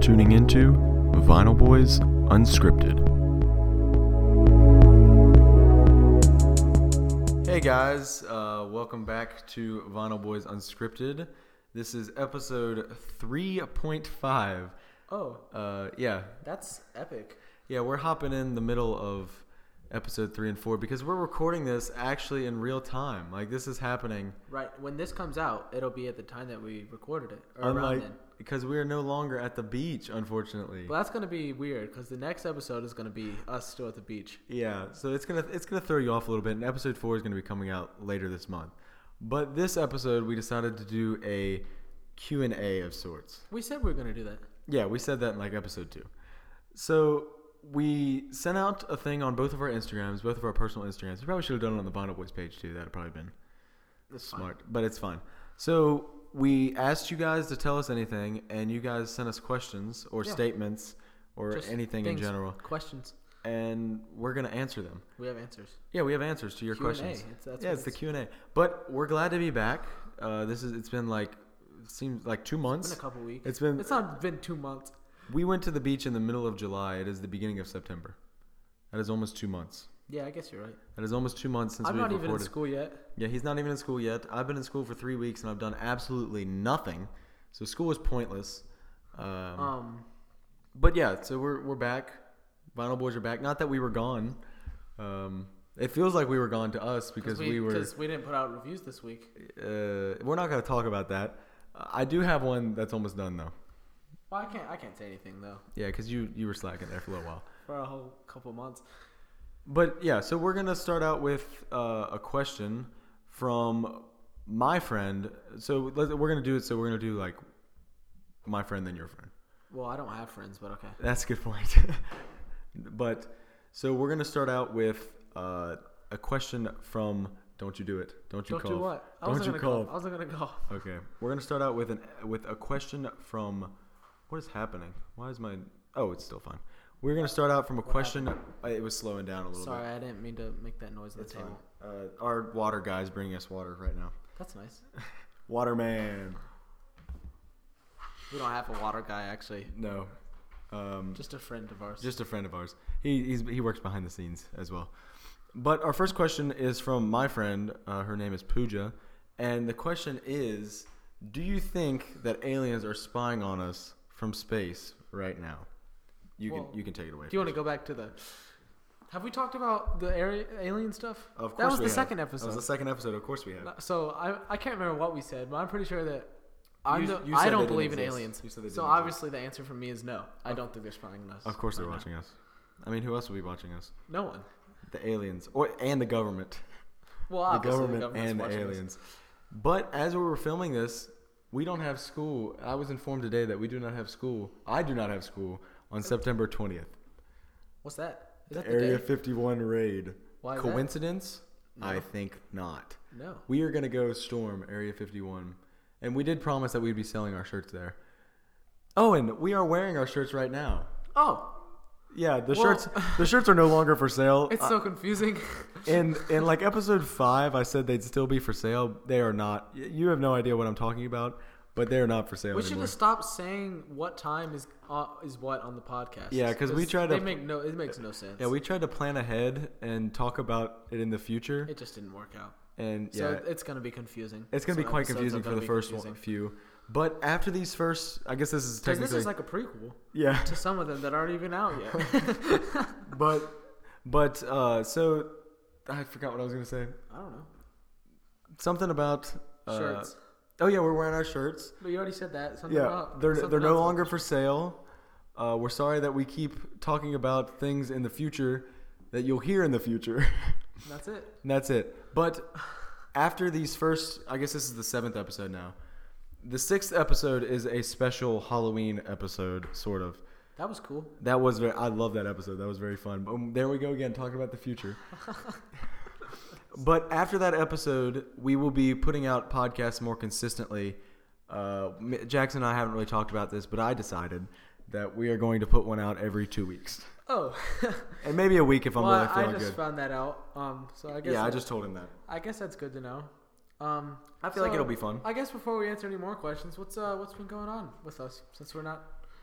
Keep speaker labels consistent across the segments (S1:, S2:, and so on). S1: tuning into Vinyl Boys Unscripted. Hey guys, uh, welcome back to Vinyl Boys Unscripted. This is episode 3.5.
S2: Oh,
S1: Uh, yeah,
S2: that's epic.
S1: yeah, we're hopping in the middle of episode 3 and 4 because we're recording this actually in real time. Like, this is happening.
S2: Right. When this comes out, it'll be at the time that we recorded it. Or around
S1: Unlike,
S2: then.
S1: because we are no longer at the beach, unfortunately.
S2: But that's going to be weird because the next episode is going to be us still at the beach.
S1: Yeah, so it's gonna it's gonna throw you off a little bit, and episode four is gonna be coming out later this month. But this episode, we decided to do a Q and A of sorts.
S2: We said we were going to do that.
S1: Yeah, we said that in like episode two. So we sent out a thing on both of our Instagrams, both of our personal Instagrams. We probably should have done it on the Vinyl Boys page too. That'd probably been
S2: That's fine.
S1: smart, but it's fine. So we asked you guys to tell us anything, and you guys sent us questions or
S2: Yeah.
S1: statements or
S2: Just
S1: anything
S2: things,
S1: in general,
S2: Questions.
S1: and we're gonna answer them.
S2: We have answers.
S1: Yeah, we have answers to your
S2: Q and A.
S1: questions.
S2: It's- that's
S1: yeah,
S2: what
S1: it's the
S2: it's-
S1: Q and A. But we're glad to be back. Uh, this is it's been like seems like two
S2: It's
S1: months.
S2: been a couple weeks.
S1: It's been
S2: It's not been two months.
S1: we went to the beach in the middle of July. It is the beginning of September. That is almost two months.
S2: Yeah, I guess you're right.
S1: That is almost two months since
S2: I'm
S1: we've
S2: not even
S1: recorded.
S2: in school yet.
S1: Yeah, he's not even in school yet. I've been in school for three weeks and I've done absolutely nothing. So school is pointless. Um,
S2: Um,
S1: but yeah, so we're we're back. Vinyl boys are back. Not that we were gone. Um, it feels like we were gone to us because
S2: because
S1: we, were
S2: we didn't put out reviews this week.
S1: uh, we're not going to talk about that. I do have one that's almost done though.
S2: Well, I can't. I can't say anything though
S1: Yeah, because you you were slacking there for a little while.
S2: for a whole couple months.
S1: But yeah, so we're gonna start out with uh, a question from my friend. So let, we're gonna do it. So we're gonna do like my friend, then your friend.
S2: Well, I don't have friends, but okay.
S1: That's a good point. but so we're gonna start out with uh, a question from. Don't you do it? Don't you
S2: Don't
S1: cough?
S2: do what? I
S1: Don't
S2: wasn't
S1: you
S2: gonna
S1: cough?
S2: cough. I wasn't gonna cough.
S1: Okay, we're gonna start out with an with a question from. What is happening? Why is my? Oh, it's still fine. We're gonna start out from a question. uh, It was slowing down a little
S2: Sorry, I didn't mean to make that noise at
S1: bit. It's
S2: the
S1: fine.
S2: table.
S1: Uh, our water guy's bringing us water right now.
S2: That's nice.
S1: Waterman.
S2: We don't have a water guy actually.
S1: No, um,
S2: Just a friend of ours.
S1: just a friend of ours. He he's, he works behind the scenes as well. But our first question is from my friend. Uh, her name is Pooja, and the question is: Do you think that aliens are spying on us from space right now? You
S2: Well,
S1: can you can take it away.
S2: Do you want to go back to the? Have we talked about the area, alien stuff?
S1: Of course
S2: That was
S1: we
S2: the
S1: have.
S2: second
S1: That was
S2: episode.
S1: the second episode. Of course we have.
S2: so I I can't remember what we said, but I'm pretty sure that I'm
S1: You-
S2: the,
S1: you said
S2: I
S1: they
S2: don't
S1: didn't
S2: believe in
S1: exist.
S2: aliens.
S1: You said they
S2: so
S1: didn't
S2: obviously the answer from me is no. I don't think they're spying on us.
S1: Of course they're
S2: right now.
S1: watching us. I mean, who else would be watching us?
S2: No one.
S1: The aliens, or and the government,
S2: Well,
S1: the
S2: obviously
S1: government,
S2: the government's
S1: and the
S2: watching us.
S1: aliens. But as we were filming this, we don't have school. I was informed today that we do not have school. I do not have school on September twentieth.
S2: What's that? Is that the
S1: Area
S2: day?
S1: fifty one raid.
S2: Why is that?
S1: Coincidence? I think not.
S2: No.
S1: We are gonna go storm Area 51, and we did promise that we'd be selling our shirts there. Oh, and we are wearing our shirts right now.
S2: Oh,
S1: Yeah, the
S2: Well-
S1: shirts the shirts are no longer for sale.
S2: it's so confusing.
S1: in in like episode five, I said they'd still be for sale. They are not. Y- You have no idea what I'm talking about, but they are not for sale
S2: We should
S1: anymore.
S2: have stopped saying what time is uh, is what on the podcast.
S1: Yeah, 'cause we tried to-
S2: They make no. It makes no sense.
S1: yeah, we tried to plan ahead and talk about it in the future,
S2: It just didn't work out.
S1: and yeah,
S2: So it's gonna be confusing.
S1: it's gonna be
S2: Some
S1: quite
S2: episodes are
S1: confusing for
S2: gonna
S1: the
S2: be
S1: first
S2: confusing.
S1: one, few. But after these first, I guess this is
S2: 'Cause
S1: technically
S2: this is like a prequel
S1: yeah.
S2: to some of them that aren't even out yet.
S1: But but uh, so I forgot what I was gonna say.
S2: I don't know.
S1: Something about uh,
S2: Shirts.
S1: Oh yeah, we're wearing our shirts.
S2: But you already said that. Something
S1: Yeah,
S2: about
S1: they're
S2: something
S1: they're no
S2: else.
S1: longer for sale. Uh, we're sorry that we keep talking about things in the future that you'll hear in the future.
S2: That's it.
S1: and that's it. But after these first, I guess this is the seventh episode now. The sixth episode is a special Halloween episode, sort of.
S2: That was cool.
S1: That was very. I love that episode. That was very fun. But um, there we go again, talking about the future. but after that episode, we will be putting out podcasts more consistently. Uh, M- Jackson and I haven't really talked about this, but I decided that we are going to put one out every two weeks,
S2: Oh,
S1: and maybe a week if I'm
S2: well,
S1: really
S2: I
S1: feeling
S2: I just
S1: good.
S2: found that out. Um, so I guess
S1: yeah, I
S2: that-
S1: just told him that.
S2: I guess that's good to know. Um,
S1: I feel like it'll be fun.
S2: I guess before we answer any more questions, what's uh what's been going on with us since we're not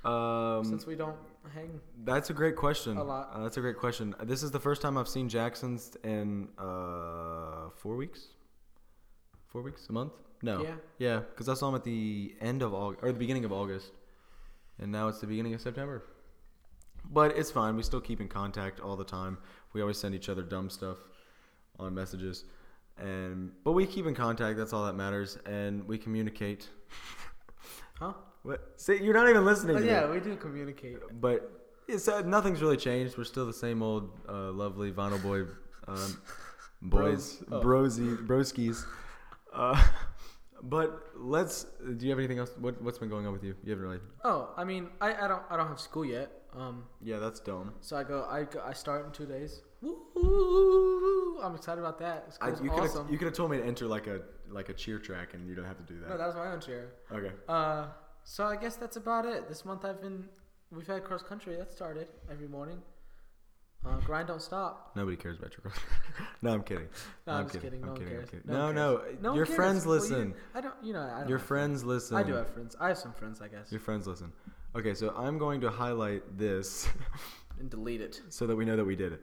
S1: Um,
S2: since we don't hang.
S1: That's a great question.
S2: A lot.
S1: Uh, that's a great question. This is the first time I've seen Jackson's in uh, four weeks. Four weeks, a month? No.
S2: Yeah.
S1: Yeah, because I saw him at the end of August or the beginning of August, and now it's the beginning of September. But it's fine. We still keep in contact all the time. We always send each other dumb stuff on messages, and but we keep in contact. That's all that matters, and we communicate.
S2: Huh?
S1: What? See, you're not even listening.
S2: Oh,
S1: to me
S2: yeah, we do communicate.
S1: but it's, uh, nothing's really changed. We're still the same old uh, lovely vinyl boy um, boys,
S2: Bros. Oh.
S1: brosy, broskies. Uh, but let's. Do you have anything else? What, what's been going on with you? You haven't really.
S2: Oh, I mean, I, I don't I don't have school yet. Um,
S1: Yeah, that's dumb.
S2: so I go I go, I start in two days. Woo! I'm excited about that.
S1: I,
S2: School's
S1: you could
S2: awesome.
S1: have you could have told me to enter like a like a cheer track, and you don't have to do
S2: no,
S1: that.
S2: that was my own chair.
S1: Okay.
S2: Uh, so I guess that's about it. This month I've been we've had cross country that started every morning. Uh, grind don't stop.
S1: Nobody cares about your. no, I'm kidding.
S2: No, I'm, just kidding.
S1: I'm
S2: No one
S1: kidding. I'm
S2: cares.
S1: kidding.
S2: one
S1: No,
S2: cares.
S1: no,
S2: one
S1: your
S2: cares.
S1: friends
S2: Well, you-
S1: listen.
S2: I don't. You know. I don't
S1: Your
S2: have
S1: friends listen.
S2: I do have friends. I have some friends, I guess.
S1: Your friends listen. Okay, so I'm going to highlight this
S2: And delete it.
S1: so that we know that we did it.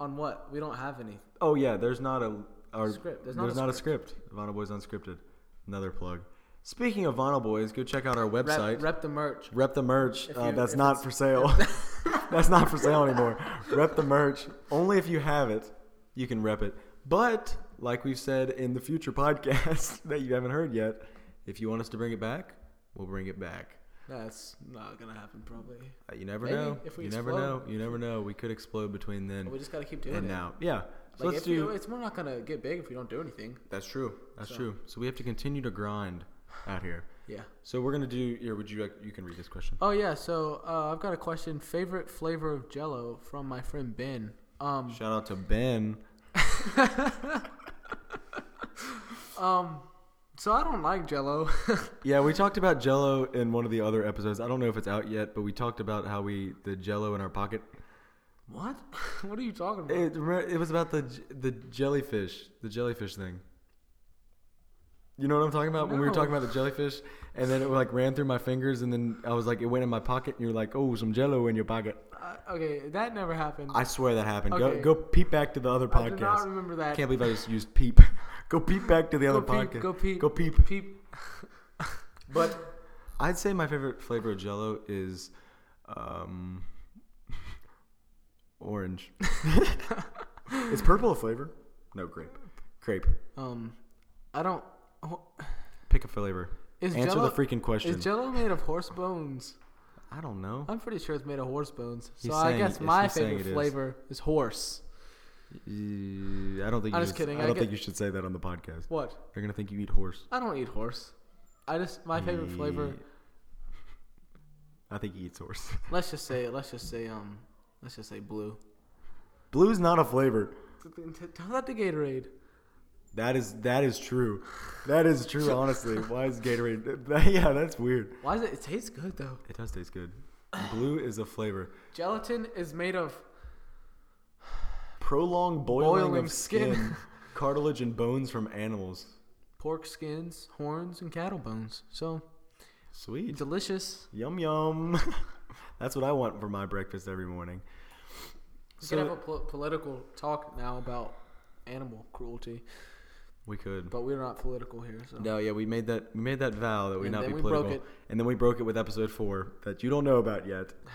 S2: On what? We don't have any.
S1: Oh yeah, there's not a our,
S2: Script.
S1: There's, not, a script. Vinyl Boys Unscripted. Another plug. Speaking of Vinyl Boys, go check out our website. Rep,
S2: Rep, rep the merch.
S1: the merch.
S2: If
S1: Uh,
S2: you-
S1: that's
S2: if
S1: not
S2: it's-
S1: for sale. that's not for sale anymore. rep the merch. Only if you have it, you can rep it. But like we've said in the future podcast that you haven't heard yet, if you want us to bring it back, we'll bring it back.
S2: That's not gonna happen probably.
S1: Uh, you never
S2: Maybe,
S1: know.
S2: if we
S1: you never know.
S2: explode.
S1: You never know. We could explode between
S2: But
S1: then
S2: we just gotta keep doing
S1: and
S2: it.
S1: now. Yeah. So
S2: Like
S1: let's
S2: if
S1: do.
S2: you, it's we're not gonna get big if we don't do anything.
S1: That's true. That's
S2: So-
S1: true. So we have to continue to grind out here.
S2: Yeah.
S1: So we're gonna do. Here, would you like? You can read this question.
S2: Oh yeah. So uh, I've got a question. Favorite flavor of Jello from my friend Ben. Um.
S1: Shout out to Ben.
S2: Um. So I don't like Jello.
S1: Yeah, we talked about Jello in one of the other episodes. I don't know if it's out yet, but we talked about how we the Jello in our pocket.
S2: what? what are you talking about?
S1: It re- it was about the j- the jellyfish, the jellyfish thing. You know what I'm talking about? When we were
S2: No.
S1: talking about the jellyfish, and then it like ran through my fingers, and then I was like, it went in my pocket, and you're like, oh, some Jello in your pocket.
S2: Uh, okay, that never happened.
S1: I swear that happened.
S2: Okay.
S1: Go go peep back to the other
S2: I
S1: podcast.
S2: do not remember that.
S1: I can't believe I just used peep. go peep back to the
S2: go
S1: other
S2: peep,
S1: podcast.
S2: Go peep.
S1: Go peep.
S2: Peep.
S1: But I'd say my favorite flavor of Jello is um, orange. it's purple flavor. No grape. Grape.
S2: Um. I don't.
S1: Pick a flavor.
S2: Is
S1: Answer
S2: Jello
S1: the freaking question.
S2: is Jello made of horse bones?
S1: I don't know.
S2: I'm pretty sure it's made of horse bones.
S1: He's
S2: so I
S1: saying
S2: guess
S1: it-
S2: my
S1: he's saying
S2: favorite
S1: it is.
S2: flavor is. horse.
S1: Uh, I don't think. You
S2: I'm
S1: should-
S2: just kidding.
S1: I
S2: I
S1: don't
S2: get-
S1: think you should say that on the podcast.
S2: What?
S1: They're gonna think you eat horse.
S2: I don't eat horse. I just my favorite
S1: He-
S2: flavor.
S1: I think he eats horse.
S2: Let's just say. Let's just say. Um. Let's just say blue.
S1: Blue's not a flavor.
S2: Tell that to Gatorade.
S1: That is that is true. That is true. Honestly, why is Gatorade? That, yeah, that's weird.
S2: Why is it? It tastes good though.
S1: It does taste good. Blue is a flavor.
S2: Gelatin is made of.
S1: Prolonged boiling,
S2: Boiling
S1: of skin,
S2: skin.
S1: cartilage, and bones from animals.
S2: pork skins, horns, and cattle bones. So
S1: Sweet.
S2: delicious.
S1: Yum yum. that's what I want for my breakfast every morning.
S2: We
S1: So-
S2: could have a pol- political talk now about animal cruelty,
S1: We could.
S2: but we're not political here. So
S1: No, yeah, we made that we made that vow that we
S2: And
S1: not
S2: then
S1: be
S2: we broke
S1: political, and then we broke it with episode four that you don't know about yet.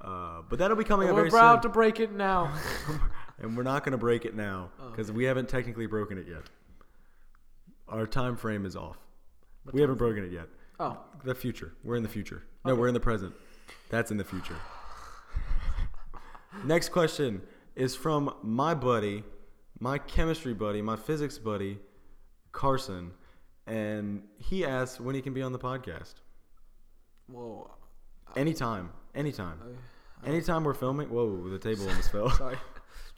S1: Uh, but that'll be coming
S2: But
S1: up
S2: we're
S1: very
S2: proud
S1: soon,
S2: to break it now.
S1: and we're not going to break it now
S2: Oh,
S1: because we haven't technically broken it yet. Our time frame is off. we haven't broken it yet.
S2: oh,
S1: The future. We're in the future. No,
S2: Okay.
S1: we're in the present. That's in the future. Next question is from my buddy, my chemistry buddy, my physics buddy, Carson. And he asks when he can be on the podcast.
S2: whoa.
S1: Anytime. Anytime.
S2: I-
S1: Anytime we're filming. Whoa, the table almost fell.
S2: Sorry.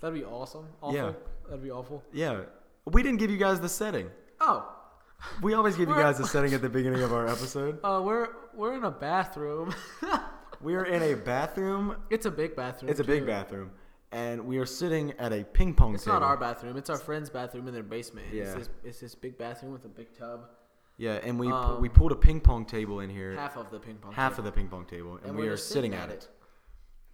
S2: That'd be awesome. Awful.
S1: Yeah.
S2: That'd be awful.
S1: Yeah. We didn't give you guys the setting.
S2: Oh,
S1: We always give you
S2: We're-
S1: guys the setting at the beginning of our episode.
S2: uh, we're we're in a bathroom.
S1: We are in a bathroom.
S2: it's a big bathroom.
S1: It's a big
S2: too.
S1: bathroom. And we are sitting at a ping pong
S2: It's
S1: table.
S2: not our bathroom. It's our friend's bathroom in their basement.
S1: Yeah.
S2: It's this, it's this big bathroom with a big tub.
S1: Yeah, and we pu-
S2: Um,
S1: we pulled a ping pong table in here, half,
S2: Half of the ping pong.
S1: of the ping pong table, and, we are sitting at it.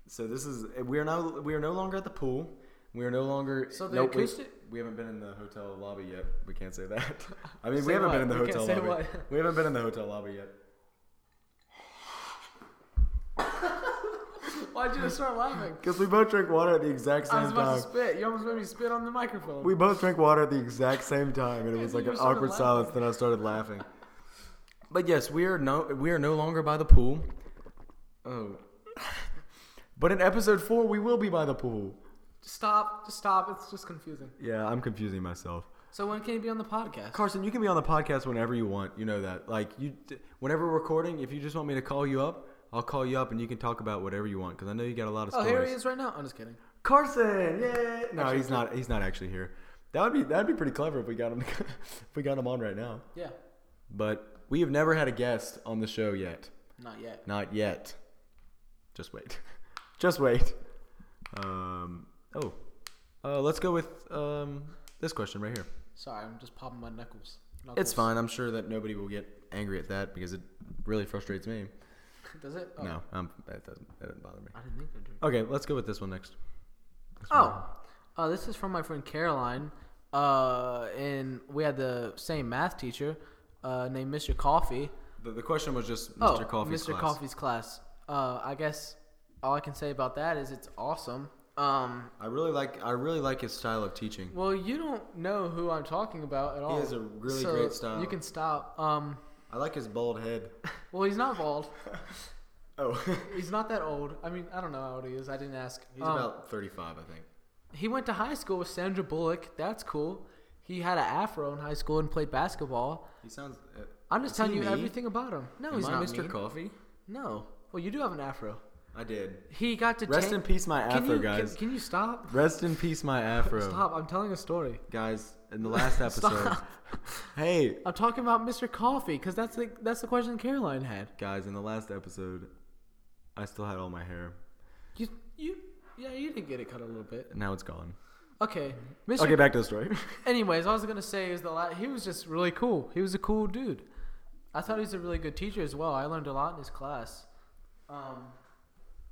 S1: So this is we are now we are no longer at the pool. We are no longer.
S2: So the
S1: nope, we-
S2: acoustic-
S1: We haven't been in the hotel lobby yet. We can't say that. I mean,
S2: Say
S1: we haven't
S2: what?
S1: been in the
S2: We can't
S1: hotel
S2: say
S1: lobby.
S2: what?
S1: We haven't been in the hotel lobby yet.
S2: Why'd you just start laughing?
S1: Because we both drank water at the exact
S2: I
S1: same
S2: was about
S1: time.
S2: to spit. You almost made me spit on the microphone.
S1: We both drank water at the exact same time, and it was
S2: You
S1: like an
S2: started
S1: awkward
S2: laughing.
S1: silence. Then I started laughing. But yes, we are no we are no longer by the pool. Oh, but in episode four, we will be by the pool.
S2: stop. Just stop. It's just confusing.
S1: Yeah, I'm confusing myself.
S2: So when can you be on the podcast?
S1: Carson, you can be on the podcast whenever you want. You know that. Like you, whenever we're recording, if you just want me to call you up, I'll call you up, and you can talk about whatever you want. Because I know you got a lot of
S2: Oh,
S1: stories.
S2: here he is right now. I'm just kidding.
S1: Carson, yeah. No,
S2: Actually,
S1: he's not. He's not actually here. That would be that'd be pretty clever if we got him if we got him on right now.
S2: Yeah.
S1: But we have never had a guest on the show yet.
S2: Not yet.
S1: Not yet. Just wait. Just wait. Um. Oh. Uh, let's go with um this question right here.
S2: Sorry, I'm just popping my knuckles. knuckles.
S1: It's fine. I'm sure that nobody will get angry at that because it really frustrates me.
S2: Does it? Oh,
S1: No, um, that doesn't that doesn't bother me.
S2: I didn't think I did.
S1: Okay, let's go with this one next. This one.
S2: Oh, uh, this is from my friend Caroline. Uh, and we had the same math teacher uh, named Mr. Coffee.
S1: The, the question was just
S2: Oh,
S1: Mr. Coffee's
S2: Mr.
S1: class.
S2: Coffee's class. Uh, I guess all I can say about that is it's awesome. Um,
S1: I really like I really like his style of teaching.
S2: well, you don't know who I'm talking about at all.
S1: has a really
S2: so
S1: great style.
S2: You can stop. Um,
S1: I like his bald head.
S2: well, he's not bald.
S1: Oh,
S2: He's not that old. I mean, I don't know how old he is. I didn't ask.
S1: he's
S2: Um,
S1: about 35, I think.
S2: He went to high school with Sandra Bullock. That's cool. He had an afro in high school and played basketball.
S1: He sounds. Uh,
S2: I'm just
S1: Is he
S2: telling you
S1: mean?
S2: everything about him. No,
S1: am
S2: he's
S1: I
S2: not
S1: Mr.
S2: mean.
S1: Coffee?
S2: No. Well, you do have an afro.
S1: I did.
S2: He got to
S1: Rest in peace, my
S2: Can
S1: afro,
S2: you,
S1: guys.
S2: Can, can you stop?
S1: Rest in peace, my afro,
S2: Stop. I'm telling a story.
S1: guys. In the last episode,
S2: Stop.
S1: hey
S2: I'm talking about Mr. Coffee because that's the that's the question Caroline had.
S1: guys, in the last episode, I still had all my hair.
S2: You you yeah you did get it cut a little bit.
S1: Now it's gone.
S2: Okay, Mr.
S1: Okay, back to the story.
S2: Anyways, all I was gonna say is the la- he was just really cool. He was a cool dude. I thought he was a really good teacher as well. I learned a lot in his class. Um,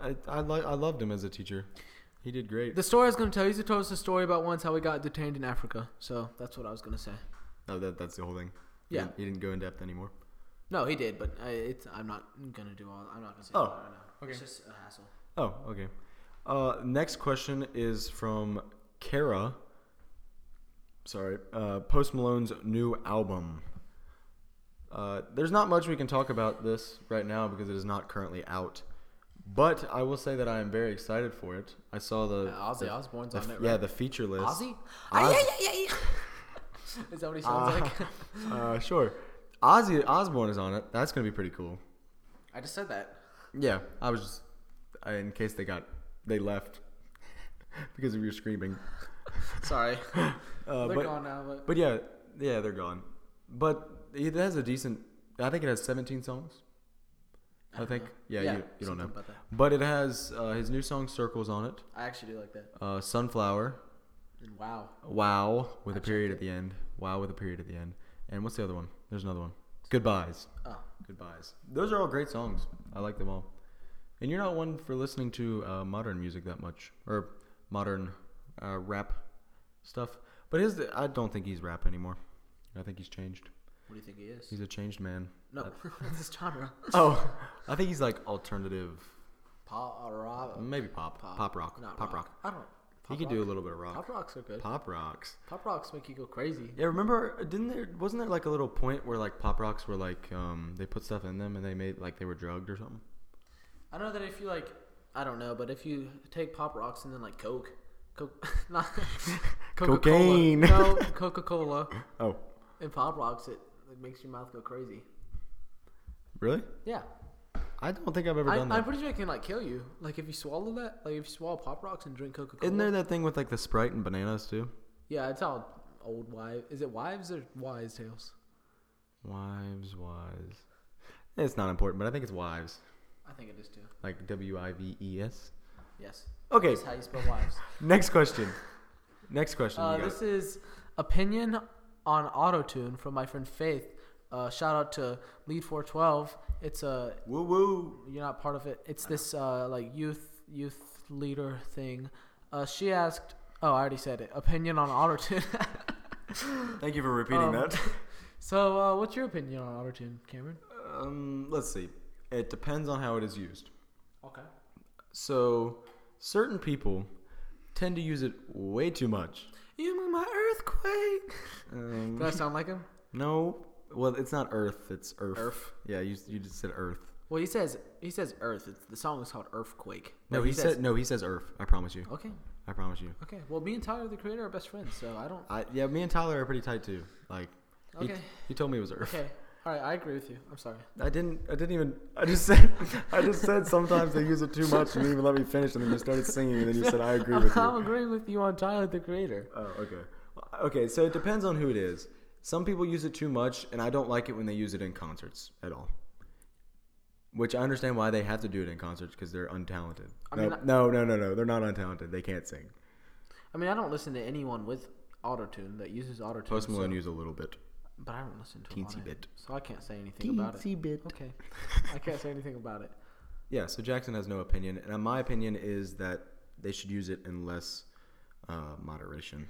S1: I I, li- I loved him as a teacher. He did great.
S2: the story I was gonna tell you, he told us a story about once how we got detained in Africa. So that's what I was gonna say.
S1: No, Oh, that that's the whole thing. He
S2: Yeah.
S1: didn't- he didn't go in depth anymore.
S2: No, he did, but I, it's I'm not gonna do all. I'm not gonna say.
S1: Oh,
S2: all that right now.
S1: okay.
S2: It's just a hassle.
S1: Oh, okay. Uh, next question is from Kara. Sorry, uh, Post Malone's new album. Uh, there's not much we can talk about this right now because it is not currently out. But I will say that I am very excited for it. I saw the
S2: Uh, Ozzy
S1: the-
S2: Osbourne's
S1: the-
S2: on it,
S1: Yeah,
S2: right?
S1: the feature list.
S2: Ozzy?
S1: Ozzy.
S2: Is that what he sounds
S1: Uh,
S2: like?
S1: uh, sure. Ozzy Osbourne is on it. That's gonna be pretty cool.
S2: I just said that.
S1: Yeah, I was just I, in case they got they left because of your screaming.
S2: Sorry.
S1: Uh,
S2: They're
S1: but
S2: gone now, but
S1: but yeah, yeah, they're gone. But it has a decent. I think it has 17 songs. I, think. Yeah, you, you don't
S2: Uh-huh. something
S1: know.
S2: about that.
S1: But it has uh, his new song "Circles" on it.
S2: I actually do like that.
S1: Uh, "Sunflower,"
S2: And wow,
S1: "Wow" with a period at the end. "Wow" with a period at the end. And what's the other one? There's another one. "Goodbyes."
S2: oh,
S1: Goodbyes. Those are all great songs. I like them all. And you're not one for listening to uh, modern music that much, or modern uh, rap stuff. But his, I don't think he's rap anymore. I think he's changed.
S2: what do you think he is?
S1: He's a changed man.
S2: no, what's his genre?
S1: Oh, I think he's like alternative,
S2: Pop or rock?
S1: maybe pop, pop, rock,
S2: Not
S1: pop rock.
S2: I don't.
S1: he
S2: Pop
S1: could
S2: rock?
S1: do a little bit of rock.
S2: Pop rocks are good. Pop,
S1: Pop rocks.
S2: rocks make you go crazy.
S1: Yeah, remember? Didn't there? Wasn't there like a little point where like pop rocks were like um they put stuff in them and they made like they were drugged or something?
S2: I know that if you like, I don't know, but if you take pop rocks and then like Coke, Coke, not Coca-Cola.
S1: Cocaine.
S2: no Coca Cola
S1: Oh,
S2: and pop rocks, it, it makes your mouth go crazy.
S1: really?
S2: Yeah,
S1: I don't think I've ever
S2: I,
S1: done that.
S2: I'm pretty sure it can like kill you. Like if you swallow that, like if you swallow pop rocks and drink Coca Cola.
S1: Isn't there that thing with like the Sprite and bananas too?
S2: Yeah, it's all old wives. Is it wives or wise tales?
S1: Wives, wives. It's not important, but I think it's wives,
S2: I think it is too.
S1: like W I V E S.
S2: Yes.
S1: Okay,
S2: That's how you spell wives.
S1: next question. Next question.
S2: Uh,
S1: you got
S2: this is opinion on autotune from my friend Faith. Uh, shout out to Lead 412. It's a
S1: Woo woo.
S2: you're not part of it. It's this uh, like youth youth leader thing. Uh, she asked. Oh, I already said it. Opinion on autotune.
S1: Thank you for repeating
S2: Um,
S1: that.
S2: so, uh, what's your opinion on autotune, Cameron?
S1: Um, let's see. It depends on how it is used.
S2: Okay.
S1: So, certain people tend to use it way too much.
S2: You move my earthquake.
S1: Um,
S2: Does that sound like him?
S1: no, well, it's not Earth. It's Earth. Yeah, you you just said Earth.
S2: Well, he says he says Earth. It's, the song is called Earthquake.
S1: No,
S2: But
S1: he, said no. He says Oh. Earth. I promise you.
S2: Okay,
S1: I promise you.
S2: okay. Well, me and Tyler, the creator, are best friends, so I don't.
S1: I yeah. Me and Tyler are pretty tight too. Like, he,
S2: Okay.
S1: he told me it was Earth.
S2: Okay, all right. I agree with you. I'm sorry.
S1: I didn't. I didn't even. I just said. I just said sometimes they use it too much and you didn't even let me finish, and then you started singing, and then you said I agree with you.
S2: I'm agreeing with you on Tyler, the creator.
S1: Oh, okay. Okay, so it depends on who it is. Some people use it too much, and I don't like it when they use it in concerts at all. Which I understand why they have to do it in concerts because they're untalented.
S2: I
S1: no,
S2: mean, I-
S1: no, no, no, no. They're not untalented. They can't sing.
S2: I mean, I don't listen to anyone with autotune that uses autotune.
S1: Post
S2: so-
S1: Malone used a little bit.
S2: But I don't listen to a
S1: Teensy
S2: lot of
S1: bit.
S2: it, so I can't say anything about it.
S1: bit.
S2: Okay, I can't say anything about it.
S1: Yeah, so Jackson has no opinion, and uh, my opinion is that they should use it in less uh, moderation.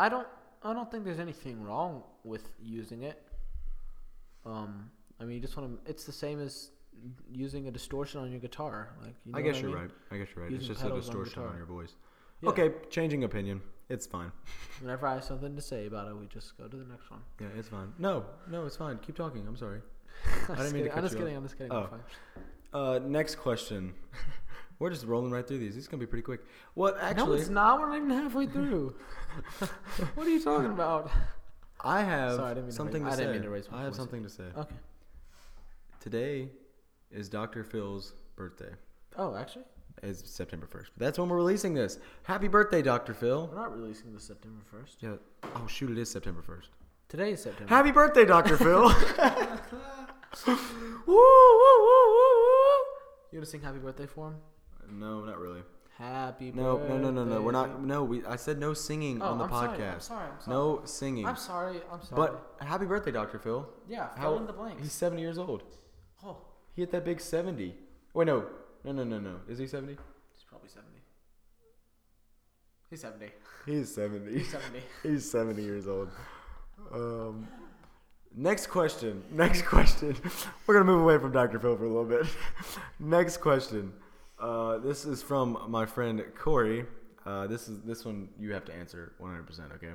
S2: I don't. I don't think there's anything wrong with using it. Um, I mean, you just want to. It's the same as using a distortion on your guitar. Like, you know
S1: I guess
S2: what
S1: you're
S2: mean?
S1: right. I guess you're right.
S2: Using
S1: it's just a
S2: pedals on
S1: distortion on,
S2: guitar.
S1: your voice.
S2: Yeah.
S1: Okay, changing opinion. It's fine.
S2: Whenever I have something to say about it, we just go to the next one.
S1: Yeah, it's fine. No, no, it's fine. Keep talking. I'm sorry. didn't
S2: I'm just
S1: mean to
S2: kidding. I'm
S1: cut
S2: just
S1: you off.
S2: kidding. I'm just kidding.
S1: Oh.
S2: I'm fine.
S1: Uh, next question. We're just rolling right through these. These is gonna be pretty quick. Well,
S2: no,
S1: actually,
S2: it's not. We're not even halfway through. what are you talking about?
S1: I have
S2: Sorry, I didn't mean to
S1: something
S2: raise-
S1: to
S2: I didn't
S1: say.
S2: mean to raise my
S1: I have
S2: voice.
S1: something to say.
S2: Okay.
S1: Today is Dr. Phil's birthday.
S2: Oh, actually,
S1: It's September first. That's when we're releasing this. Happy birthday, Dr. Phil.
S2: we're not releasing this September first.
S1: Yeah. Oh shoot, it is September first.
S2: Today is September.
S1: Happy birthday, Dr. Phil. woo, woo, woo, woo, woo.
S2: You want to sing Happy Birthday for him?
S1: No, not really.
S2: Happy
S1: No,
S2: birthday.
S1: no, no, no, no. We're not. No, we. I said no singing
S2: Oh,
S1: on the
S2: I'm sorry, I'm
S1: podcast.
S2: sorry, I'm sorry.
S1: No singing.
S2: I'm sorry. I'm sorry.
S1: But happy birthday, Dr. Phil.
S2: yeah,
S1: How-
S2: fill in the blank.
S1: He's 70 years old.
S2: Oh,
S1: He hit that big 70. Wait, no. No, no, no, no. Is he 70?
S2: he's probably 70. He's 70.
S1: He's 70.
S2: He's 70.
S1: He's 70 years old. Um, next question. Next question. We're going to move away from Dr. Phil for a little bit. next question. Uh, this is from my friend Corey. Uh, this is this one you have to answer 100%, okay?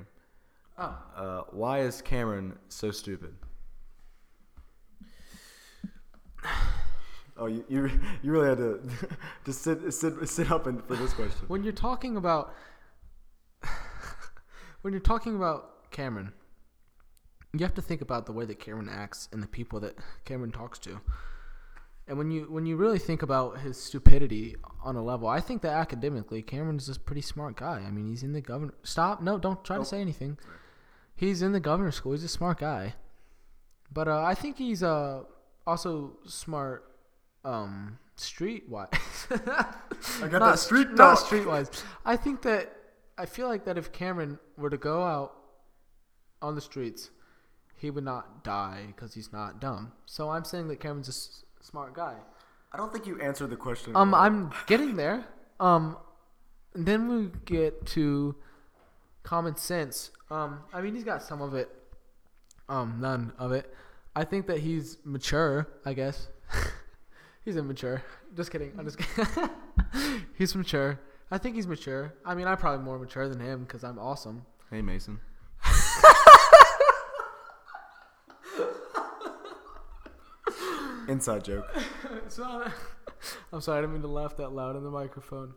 S2: Oh,
S1: Uh, why is Cameron so stupid? Oh, you you, you really had to just sit sit sit up and for this question.
S2: when you're talking about when you're talking about Cameron, you have to think about the way that Cameron acts and the people that Cameron talks to. And when you when you really think about his stupidity on a level, I think that academically Cameron's this pretty smart guy. I mean, he's in the governor. Stop! No, don't try to say anything. He's in the governor's school. He's a smart guy, but uh, I think he's uh, also smart um, street wise.
S1: I got that street
S2: not
S1: talk.
S2: street wise. I think that I feel like that if Cameron were to go out on the streets, he would not die because he's not dumb. So I'm saying that Cameron's a s- smart guy.
S1: I don't think you answered the question.
S2: Um, I'm getting there. Um, and then we get to common sense. Um, I mean, he's got some of it. Um, none of it. I think that he's mature. I guess he's immature. Just kidding. I'm just kidding. he's mature. I think he's mature. I mean, I'm probably more mature than him because I'm awesome.
S1: hey Mason. Inside joke.
S2: So- I'm sorry. I didn't mean to laugh that loud in the microphone.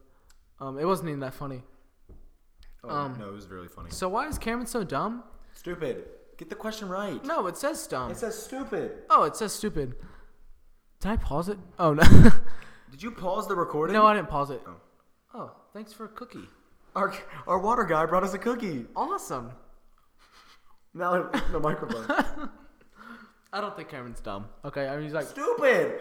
S2: Um, it wasn't even that funny.
S1: Oh,
S2: Um,
S1: no, it was really funny.
S2: So why is Cameron so dumb?
S1: Stupid. Get the question right.
S2: No, it says dumb.
S1: It says stupid.
S2: Oh, it says stupid. Did I pause it? Oh no.
S1: Did you pause the recording?
S2: no, I didn't pause it.
S1: Oh.
S2: Oh, thanks for a cookie.
S1: Our, our water guy brought us a cookie.
S2: Awesome.
S1: Now the microphone.
S2: I don't think Cameron's dumb. Okay, I mean he's like
S1: Stupid.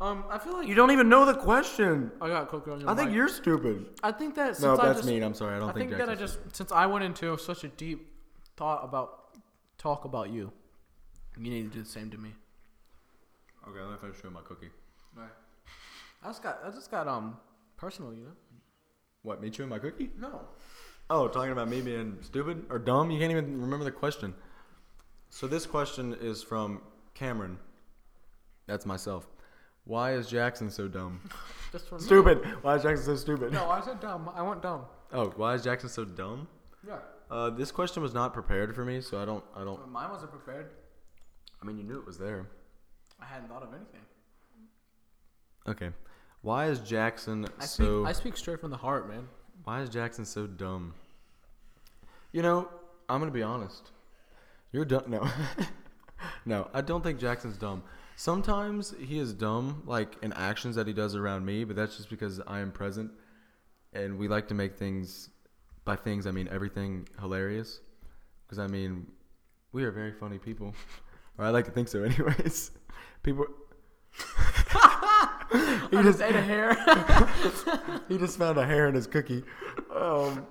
S2: Um, I feel like
S1: You don't even know the question.
S2: I got cocoa on your
S1: I think
S2: mic.
S1: you're stupid.
S2: I think that since
S1: No,
S2: I
S1: that's
S2: just,
S1: mean. I'm sorry. I
S2: I
S1: don't
S2: think,
S1: think,
S2: that I
S1: Jackson's-
S2: just since I went into such a deep thought about talk about you, you need to do the same to me.
S1: Okay, let me finish chewing my cookie.
S2: Right. I just got I just got um personal, you know.
S1: What? Me chewing my cookie?
S2: No.
S1: Oh, talking about me being stupid or dumb? You can't even remember the question. So, this question is from Cameron. That's myself. Why is Jackson so dumb?
S2: Just for me.
S1: stupid. Why is Jackson so stupid?
S2: No, I said dumb. I went dumb.
S1: Oh, why is Jackson so dumb?
S2: Yeah.
S1: Uh, this question was not prepared for me, so I don't. I don't.
S2: But mine wasn't prepared.
S1: I mean, you knew it was there.
S2: I hadn't thought of anything.
S1: Okay. Why is Jackson
S2: I speak
S1: so?
S2: I speak straight from the heart, man.
S1: Why is Jackson so dumb? You know, I'm gonna be honest. You're dumb. No, no, I don't think Jackson's dumb. Sometimes he is dumb, like in actions that he does around me, but that's just because I am present, and we like to make things. By things, I mean everything hilarious, because I mean we are very funny people, or I like to think so, anyways. People.
S2: I just ate a hair.
S1: He just found a hair in his cookie. Um,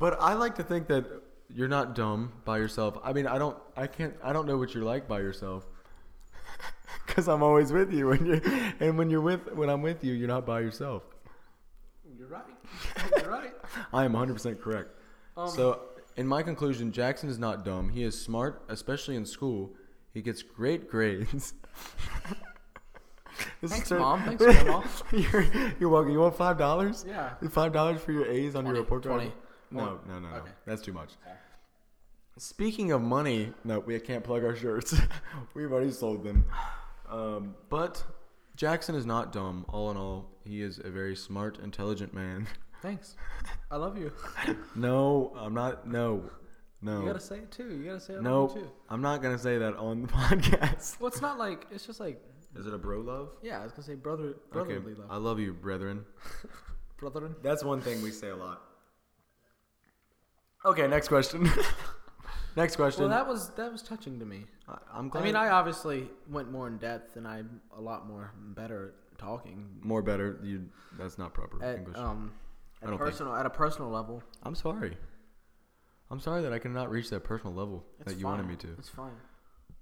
S1: but I like to think that you're not dumb by yourself. I mean, I don't, I can't, I don't know what you're like by yourself. Because I'm always with you, and you, and when you're with, when I'm with you, you're not by yourself.
S2: You're right. You're right.
S1: I am 100% correct.
S2: Um,
S1: so, in my conclusion, Jackson is not dumb. He is smart, especially in school. He gets great grades. This is
S2: Thanks,
S1: turn-
S2: Mom. Thanks, Grandma.
S1: you're, you're welcome. You want five dollars?
S2: Yeah.
S1: Five dollars for your A's on your
S2: Twenty.
S1: report card.
S2: Twenty.
S1: No,
S2: More.
S1: no, no, no.
S2: Okay.
S1: That's too much. Speaking of money, no, we can't plug our shirts. We've already sold them. Um, but Jackson is not dumb. All in all, he is a very smart, intelligent man.
S2: Thanks. I love you.
S1: No, I'm not. No, no.
S2: You gotta say it too. You gotta say I love
S1: Nope.
S2: you too.
S1: I'm not gonna say that on the podcast.
S2: Well, it's not like it's just like
S1: Is it a bro love?
S2: yeah. I was gonna say brother
S1: Okay. Uh,
S2: brotherly love.
S1: I love you, brethren.
S2: Brethren.
S1: That's one thing we say a lot. Okay, next question. next question.
S2: Well, that was that was touching to me.
S1: I, I'm
S2: I
S1: glad.
S2: mean, I obviously went more in depth, and I'm a lot more better at talking
S1: more better. You. That's not proper
S2: at
S1: English.
S2: um
S1: I
S2: at
S1: don't think-
S2: personal at a personal level.
S1: I'm sorry. I'm sorry that I could not reach that personal level
S2: It's
S1: that you
S2: fine.
S1: wanted me to.
S2: It's fine.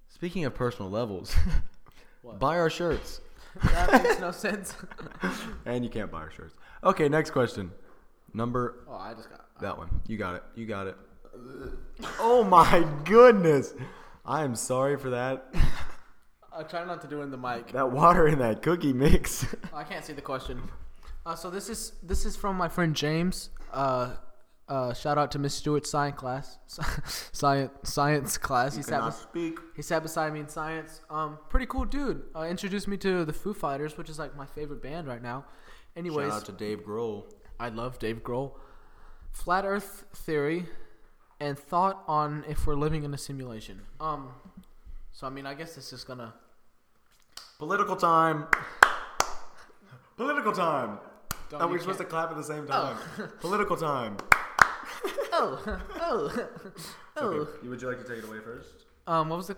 S1: Speaking of personal levels,
S2: What?
S1: buy our shirts.
S2: that makes no sense.
S1: And you can't buy our shirts. Okay, next question. Number
S2: oh, I just got.
S1: That one. You got it. You got it. Oh my goodness. I am sorry for that.
S2: I, I try not to do it in the mic.
S1: That water in that cookie mix.
S2: Oh, I can't see the question. Uh, so this is this is from my friend James. Uh, uh, shout out to Miss Stewart's science class, science science class. He sat, bes-
S1: speak.
S2: he sat beside me in science. Um, pretty cool dude. Uh, introduced me to the Foo Fighters, which is like my favorite band right now. Anyways,
S1: Shout out to Dave Grohl.
S2: I love Dave Grohl. Flat Earth theory, and thought on if we're living in a simulation. Um, so I mean, I guess this is gonna.
S1: Political time. Political time.
S2: Don't-
S1: Oh,
S2: you
S1: we're supposed to
S2: can't-
S1: clap at the same time. Political time.
S2: Oh, oh, oh.
S1: Would you like to take it away first?
S2: Um, what was the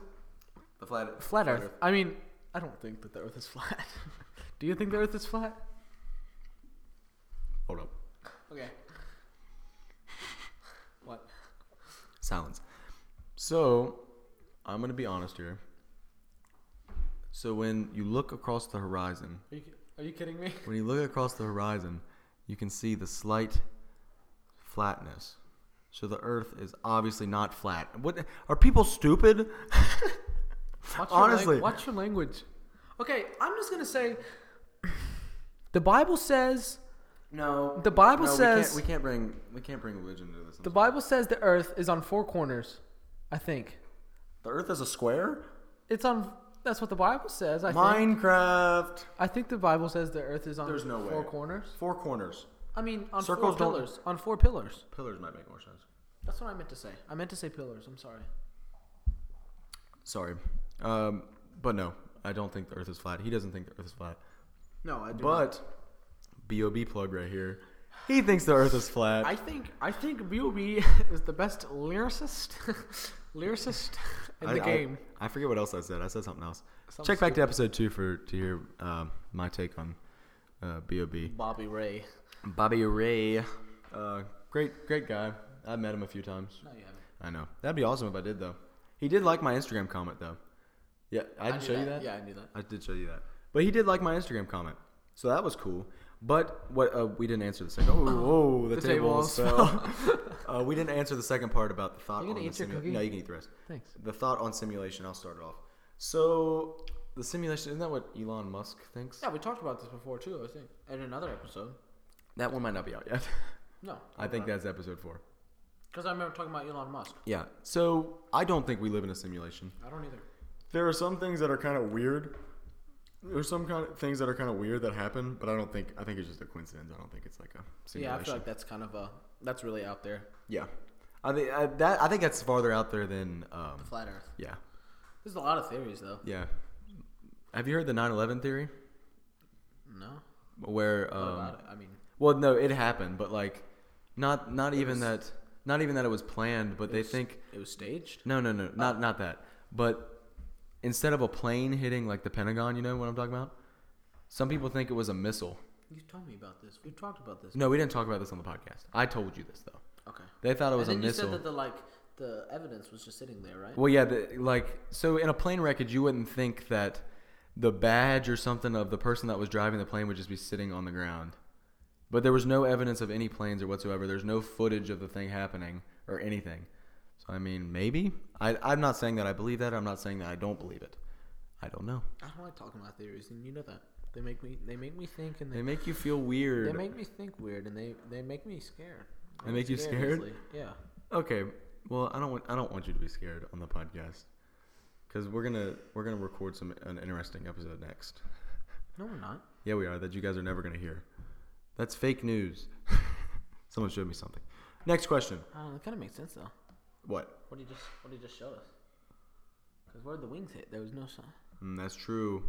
S1: The flat.
S2: Flat Earth. I mean, I don't think that the Earth is flat. Do you think the Earth is flat?
S1: Hold up.
S2: Okay. What?
S1: Silence. So, I'm gonna be honest here. So when you look across the horizon,
S2: Are you, are you kidding me?
S1: When you look across the horizon, you can see the slight flatness. So the Earth is obviously not flat. What are people stupid?
S2: Watch your lang-
S1: Honestly.
S2: watch your language. Okay, I'm just gonna say. The Bible says
S1: No.
S2: The Bible says-
S1: we can't, we can't bring we can't bring religion to this.
S2: the Bible says the Earth is on four corners. I think
S1: the Earth is a square.
S2: it's on. That's what the Bible says. I think.
S1: Minecraft.
S2: I think the Bible says the Earth is on
S1: There's no
S2: four
S1: way.
S2: corners.
S1: Four corners.
S2: I mean, on
S1: Circles
S2: four
S1: don't-
S2: pillars. On four pillars.
S1: Pillars might make more sense.
S2: That's what I meant to say. I meant to say pillars. I'm sorry.
S1: Sorry, um, but no, I don't think the Earth is flat. He doesn't think the Earth is flat.
S2: No, I do. not.
S1: But, bob plug right here. He thinks the Earth is flat.
S2: I think I think B.O.B. is the best lyricist, lyricist in
S1: I-
S2: the
S1: I-
S2: game.
S1: I forget what else I said. I said something else.
S2: Some
S1: Check back to episode two for to hear um my take on uh, B.O.B.
S2: Bobby Ray.
S1: Bobby Ray, uh, great great guy. I've met him a few times.
S2: No, you haven't.
S1: I know that'd be awesome if I did though. He did like my Instagram comment though. Yeah, I didn't
S2: knew
S1: show you that.
S2: Yeah, I knew that.
S1: I did show you that. But he did like my Instagram comment, so that was cool. But what uh, we didn't answer the second. Oh, whoa, the,
S2: The
S1: tables,
S2: tables
S1: fell. uh, we didn't answer the second part about the thought.
S2: You gonna
S1: on the
S2: eat your
S1: simu-
S2: cookie?
S1: No, you can eat the rest.
S2: Thanks.
S1: The thought on simulation. I'll start it off. So the simulation isn't that what Elon Musk thinks?
S2: Yeah, we talked about this before too. I think in another episode.
S1: That one might not be out yet.
S2: No,
S1: I think that's episode four.
S2: because I remember talking about Elon Musk.
S1: Yeah. So I don't think we live in a simulation.
S2: I don't either.
S1: There are some things that are kind of weird. There's some kind of things that are kind of weird that happen, but I don't think I think it's just a coincidence. I don't think it's like a
S2: Yeah,
S1: simulation.
S2: I feel like that's kind of a that's really out there.
S1: Yeah. I think I, that I think that's farther out there than um,
S2: Flat Earth.
S1: yeah.
S2: There's a lot of theories though.
S1: Yeah. Have you heard the 9/11 theory
S2: No,
S1: where
S2: What
S1: um,
S2: about it? I mean,
S1: well no, it happened, but like not not even that not even that it was planned, but they think
S2: it was Oh. staged.
S1: No, no, no, not not that. But instead of a plane hitting like the Pentagon, you know what I'm talking about? Some people think it was a missile.
S2: You told me about this. We talked about this.
S1: No, we didn't talk about this on the podcast. I told you this though.
S2: Okay.
S1: They thought it was
S2: and then
S1: a
S2: you
S1: missile.
S2: said that the like the evidence was just sitting there, right?
S1: well, yeah, the, like so in a plane wreckage, you wouldn't think that the badge or something of the person that was driving the plane would just be sitting on the ground. But there was no evidence of any planes or whatsoever. There's no footage of the thing happening or anything. So I mean, maybe I, I'm not saying that I believe that. I'm not saying that I don't believe it. I don't know.
S2: I don't like talking about theories, and you know that. They make me they make me think, and
S1: They
S2: they
S1: make you feel weird.
S2: they make me think weird, and they they make me scared.
S1: They
S2: I'm
S1: make you scared?
S2: easily. Yeah.
S1: okay. Well, I don't want I don't want you to be scared on the podcast because we're gonna we're gonna record some an interesting episode next.
S2: No, we're not.
S1: Yeah, we are that you guys are never gonna hear. That's fake news. Someone showed me something. Next question.
S2: I don't know. Uh, It kind of makes sense though.
S1: What?
S2: What he just what he just showed us. Because where the wings hit, there was no sign.
S1: Mm, that's true.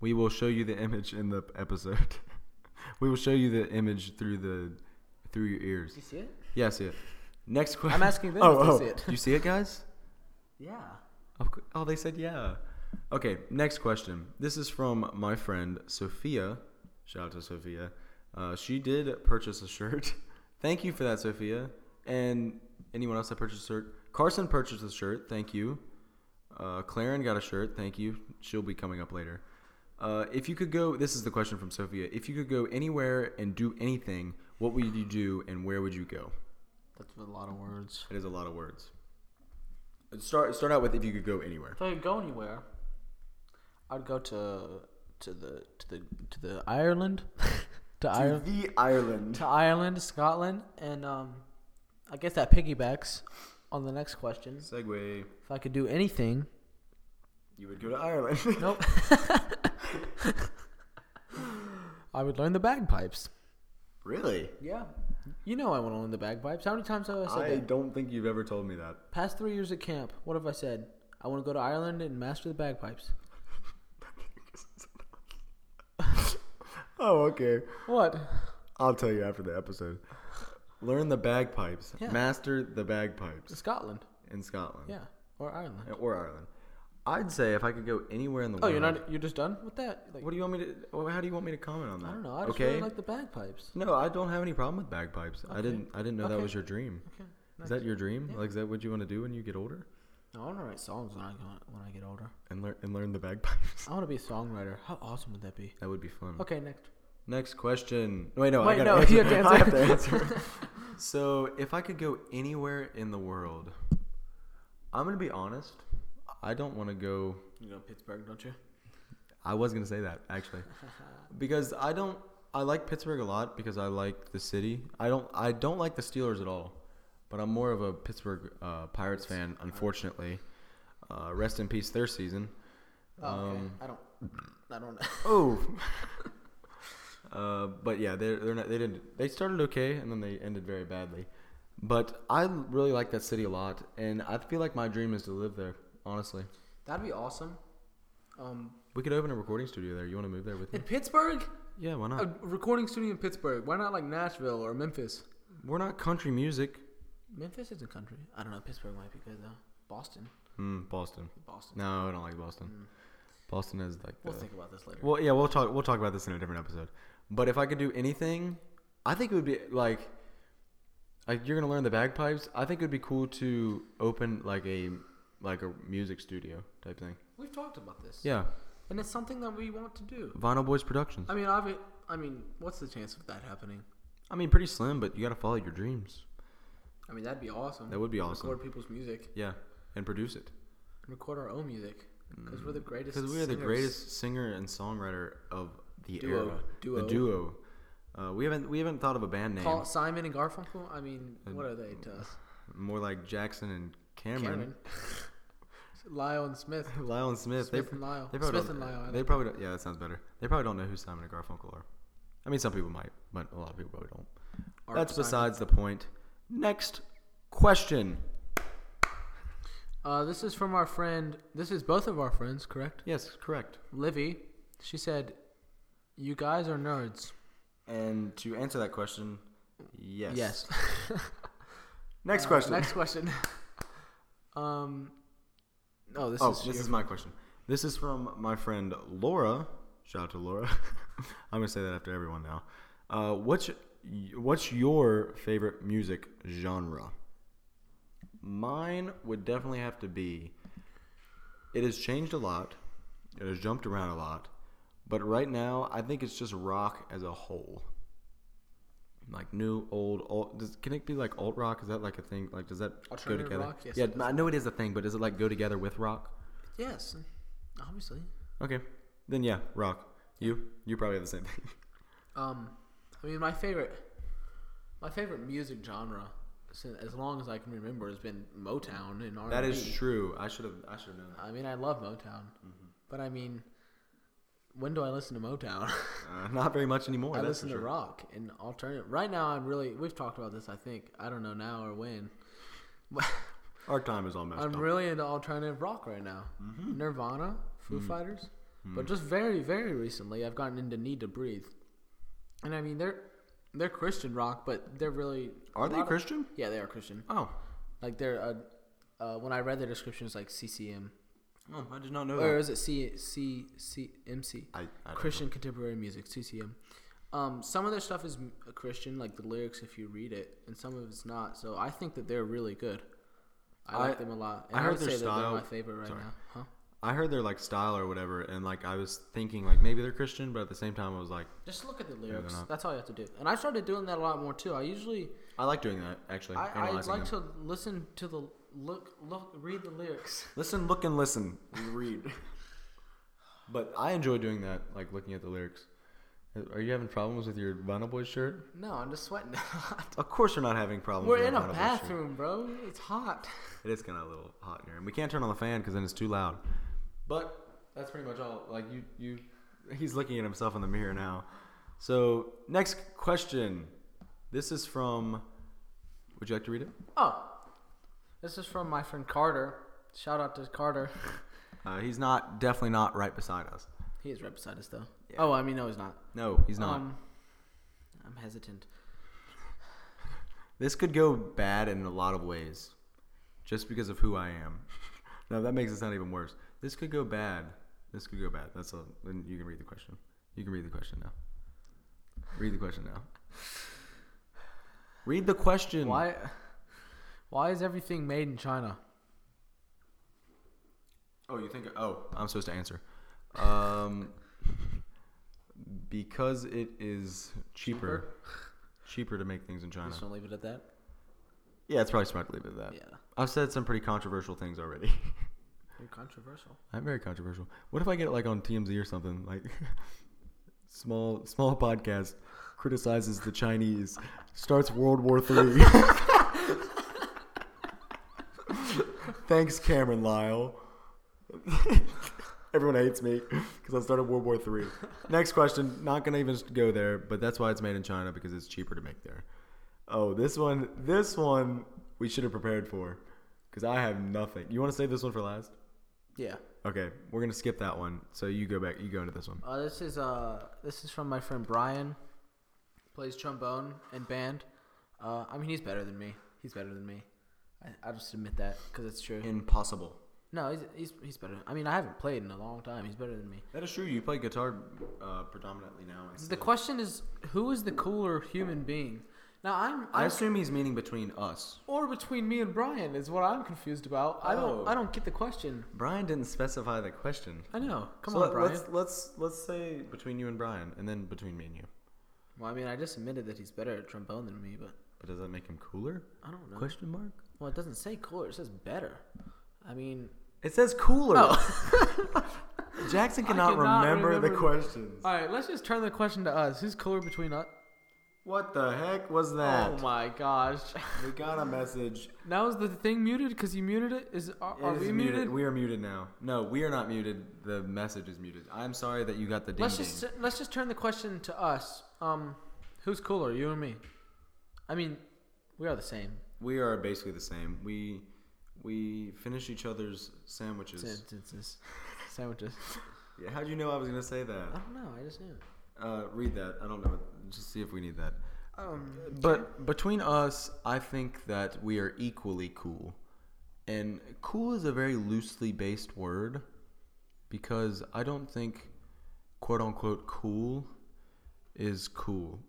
S1: We will show you the image in the episode. we will show you the image through the through your ears.
S2: Did you see it?
S1: Yeah, I see it. Next question.
S2: I'm asking them if they see it.
S1: you see it, guys?
S2: Yeah.
S1: Of cou- Oh, they said yeah. Okay, next question. This is from my friend Sophia. Shout out to Sophia. Uh, she did purchase a shirt. Thank you for that, Sophia. And anyone else that purchased a shirt? Carson purchased a shirt. Thank you. Uh, Claren got a shirt. Thank you. She'll be coming up later. Uh, if you could go, this is the question from Sophia. If you could go anywhere and do anything, what would you do and where would you go?
S2: That's a lot of words.
S1: It is a lot of words. Start start out with if you could go anywhere.
S2: If I could go anywhere, I'd go to to the to the to the Ireland, to Ireland,
S1: the Ireland.
S2: to Ireland, Scotland, and um, I guess that piggybacks on the next question.
S1: Segway.
S2: If I could do anything,
S1: You would go to Ireland.
S2: nope. I would learn the bagpipes.
S1: really?
S2: Yeah, you know I want to learn the bagpipes. How many times have I said
S1: I
S2: that?
S1: don't think you've ever told me that.
S2: Past three years at camp, what have I said? I want to go to Ireland and master the bagpipes.
S1: oh, okay.
S2: What?
S1: I'll tell you after the episode. Learn the bagpipes.
S2: Yeah.
S1: Master the bagpipes
S2: Scotland?
S1: in Scotland
S2: Yeah, or Ireland.
S1: or Ireland. I'd say if I could go anywhere in the
S2: Oh,
S1: world.
S2: you're not. You're just done with that. Like,
S1: What do you want me to? well, How do you want me to comment on that?
S2: I don't know. I just
S1: okay.
S2: really like the bagpipes.
S1: no, I don't have any problem with bagpipes. I didn't. I didn't know that
S2: Okay.
S1: was your dream.
S2: Okay.
S1: Is that your dream? Like, is that what you want to do when you get older?
S2: I want to write songs when I go- when I get older.
S1: And learn and learn the bagpipes.
S2: I want to be a songwriter. How awesome would that be?
S1: That would be fun.
S2: Uh, Okay, next.
S1: Next question. Wait, no,
S2: Wait,
S1: I
S2: no,
S1: gotta
S2: you
S1: answer.
S2: have to
S1: I have
S2: answer.
S1: to answer. so, if I could go anywhere in the world, I'm gonna be honest. I don't want to go.
S2: You go to Pittsburgh, don't you?
S1: I was gonna say that actually, because I don't. I like Pittsburgh a lot because I like the city. I don't. I don't like the Steelers at all. But I'm more of a Pittsburgh uh, Pirates fan, unfortunately. Uh, rest in peace, their season.
S2: Oh, okay.
S1: Um,
S2: I don't. I don't.
S1: Oh. uh, but yeah, they're they're not, they didn't they started okay and then they ended very badly. But I really like that city a lot, and I feel like my dream is to live there. Honestly,
S2: That'd be awesome. Um,
S1: we could open a recording studio there. You want to move there with me?
S2: in Pittsburgh?
S1: Yeah, why not?
S2: A recording studio in Pittsburgh. Why not like Nashville or Memphis?
S1: We're not country music.
S2: Memphis isn't country. I don't know. Pittsburgh might be good though. Boston.
S1: Mm, Boston.
S2: Boston.
S1: No, I don't like Boston. Boston is like the.
S2: We'll think about this later.
S1: Well, yeah, we'll talk. We'll talk about this in a different episode. But if I could do anything, I think it would be like, like you're gonna learn the bagpipes. I think it would be cool to open like a like a music studio type thing.
S2: We've talked about this.
S1: Yeah,
S2: And it's something that we want to do.
S1: Vinyl Boys Productions.
S2: I mean, obvi- I mean, what's the chance of that happening?
S1: I mean, pretty slim, but you gotta follow your dreams.
S2: I mean, that'd be awesome.
S1: That would be awesome.
S2: Record people's music.
S1: Yeah, and produce it
S2: And record our own music. Because Mm. we're the greatest.
S1: because we are the
S2: singers.
S1: greatest singer and songwriter of the
S2: Duo.
S1: era.
S2: Duo.
S1: The duo. Uh, we haven't we haven't thought of a band name.
S2: Paul Simon and Garfunkel. I mean, what are they to us?
S1: More like Jackson and
S2: Cameron. Lyle and Smith.
S1: Lyle and Smith.
S2: Smith
S1: they,
S2: and Lyle.
S1: They probably
S2: Smith
S1: don't,
S2: and Lyle, I
S1: They
S2: like
S1: probably don't, yeah, that sounds better. They probably don't know who Simon and Garfunkel are. I mean, some people might, but a lot of people probably don't.
S2: Art
S1: That's
S2: Simon.
S1: besides the point. Next question.
S2: Uh, this is from our friend. This is both of our friends, correct?
S1: Yes, correct.
S2: Livy. She said, "You guys are nerds."
S1: And to answer that question, yes.
S2: Yes.
S1: Next
S2: Uh,
S1: question.
S2: Next question. um. No, this
S1: oh,
S2: is
S1: this
S2: your-
S1: is my question. This is from my friend Laura. Shout out to Laura. I'm gonna say that after everyone now. Uh, what's what's your favorite music genre? Mine would definitely have to be. It has changed a lot. It has jumped around a lot, but right now I think it's just rock as a whole. Like new, old, alt. Does, can it be like alt rock? Is that like a thing? Like, does that go
S2: Alternative
S1: together?
S2: rock? Yes,
S1: yeah,
S2: it does.
S1: I know it is a thing, but does it like go together with rock?
S2: Yes, obviously.
S1: Okay. Then yeah, rock. You you probably have the same thing.
S2: Um, I mean, my favorite, my favorite music genre, since as long as I can remember, has been Motown and R&B.
S1: that is true. Mm-hmm. I should have I should have known
S2: I mean, I love Motown, but I mean, when do I listen to Motown?
S1: that. Uh, not very much anymore.
S2: I
S1: that's
S2: listen
S1: for
S2: to
S1: sure.
S2: rock and alternative. Right now, I'm really. We've talked about this. I think I don't know now or when.
S1: Our time is almost
S2: I'm
S1: up.
S2: really into alternative rock right now.
S1: Mm-hmm.
S2: Nirvana, Foo
S1: Mm.
S2: Fighters, but just very, very recently, I've gotten into Need to Breathe, and I mean they're they're Christian rock, but they're really
S1: Are
S2: a
S1: they
S2: lot of-
S1: Christian?
S2: yeah, they are Christian.
S1: oh.
S2: Like they're uh, uh, when I read their description, it's like CCM
S1: Oh, I did not know
S2: or is it C C C M C?
S1: I- I don't know.
S2: Christian contemporary music CCM. Um, some of their stuff is m- uh, Christian, like the lyrics, if you read it, and some of it's not. So I think that they're really good. I,
S1: I-
S2: like them a lot. And
S1: I
S2: I,
S1: heard
S2: would
S1: their
S2: say that
S1: style-
S2: they're my favorite right
S1: sorry.
S2: now. Huh?
S1: I heard their like style or whatever, and like I was thinking like maybe they're Christian, but at the same time I was like,
S2: Just look at the lyrics.
S1: not.
S2: That's all you have to do. And I started doing that a lot more too. I usually
S1: I like doing that actually.
S2: I, I
S1: analyzing
S2: like
S1: them.
S2: to listen to the look look read the lyrics.
S1: listen, look, and listen. We read. but I enjoy doing that, like looking at the lyrics. Are you having problems with your Vinyl Boys shirt?
S2: No, I'm just sweating.
S1: Of course, you're not having problems.
S2: We're
S1: with
S2: in
S1: your
S2: a
S1: Vinyl Boys shirt.
S2: bathroom, bro. It's hot.
S1: It is kind of a little hot in here, and we can't turn on the fan because then it's too loud. But that's pretty much all. Like you, you, he's looking at himself in the mirror now. So next question. This is from. Would you like to read it?
S2: Oh, this is from my friend Carter. Shout out to Carter.
S1: Uh, he's not definitely not right beside us.
S2: He is right beside us, though. Oh, I mean, no, he's not.
S1: No, he's not.
S2: Um, I'm hesitant.
S1: this could go bad in a lot of ways, just because of who I am. no, that makes it sound even worse. This could go bad. This could go bad. That's a. Then you can read the question. You can read the question now. Read the question now. Read the question.
S2: Why? Why is everything made in China?
S1: Oh, you think? Oh, I'm supposed to answer. Um, because it is cheaper. Cheaper to make things in China.
S2: Just don't leave it at that.
S1: Yeah, it's probably smart to leave it at that.
S2: Yeah,
S1: I've said some pretty controversial things already.
S2: you're controversial.
S1: I'm very controversial. What if I get it like on TMZ or something? Like small small podcast criticizes the Chinese, starts World War Three. Thanks, Cameron Lyle. Everyone hates me because I started World War Three. Next question. Not gonna even go there, but that's why it's made in China because it's cheaper to make there. Oh, this one. This one we should have prepared for because I have nothing. You want to save this one for last?
S2: Yeah.
S1: Okay, we're gonna skip that one. So you go back. You go into this one.
S2: Uh, this is uh this is from my friend Brian, plays trombone and band. Uh, I mean he's better than me. He's better than me. I, I just admit that because it's true.
S1: Impossible.
S2: No, he's, he's he's better. I mean I haven't played in a long time. He's better than me.
S1: That is true. You play guitar uh, predominantly now. and
S2: The
S1: still-
S2: question is who is the cooler human being? Now I'm
S1: I
S2: I'm
S1: assume he's meaning between us.
S2: or between me and Brian is what I'm confused about. I
S1: Oh.
S2: don't I don't get the question.
S1: Brian didn't specify the question.
S2: I know. Come
S1: So
S2: on,
S1: let-
S2: Brian.
S1: Let's, let's let's say between you and Brian, and then between me and you.
S2: Well, I mean, I just admitted that he's better at trombone than me, but
S1: But does that make him cooler?
S2: I don't know.
S1: Question mark.
S2: Well, it doesn't say cooler; it says better. I mean,
S1: It says cooler. Jackson
S2: Oh. I
S1: cannot,
S2: cannot
S1: remember, the
S2: remember-
S1: questions.
S2: all right. Let's just turn the question to us. Who's cooler between us?
S1: What the heck was that?
S2: Oh my gosh!
S1: We got a message.
S2: now is the thing muted because you muted it? Is are, are
S1: It
S2: we
S1: is
S2: muted?
S1: We are muted now. No, we are not muted. The message is muted. I'm sorry that you got the ding.
S2: let's just let's just turn the question to us. Um, who's cooler, you or me? I mean, we are the same.
S1: We are basically the same. We we finish each other's sandwiches.
S2: Sentences, sandwiches.
S1: Yeah, how'd you know I was gonna say
S2: I
S1: that?
S2: don't know. I just knew.
S1: Uh, read that. I don't know. Just see if we need that.
S2: Um,
S1: But between us, I think that we are equally cool. And cool is a very loosely based word because I don't think quote unquote cool is cool.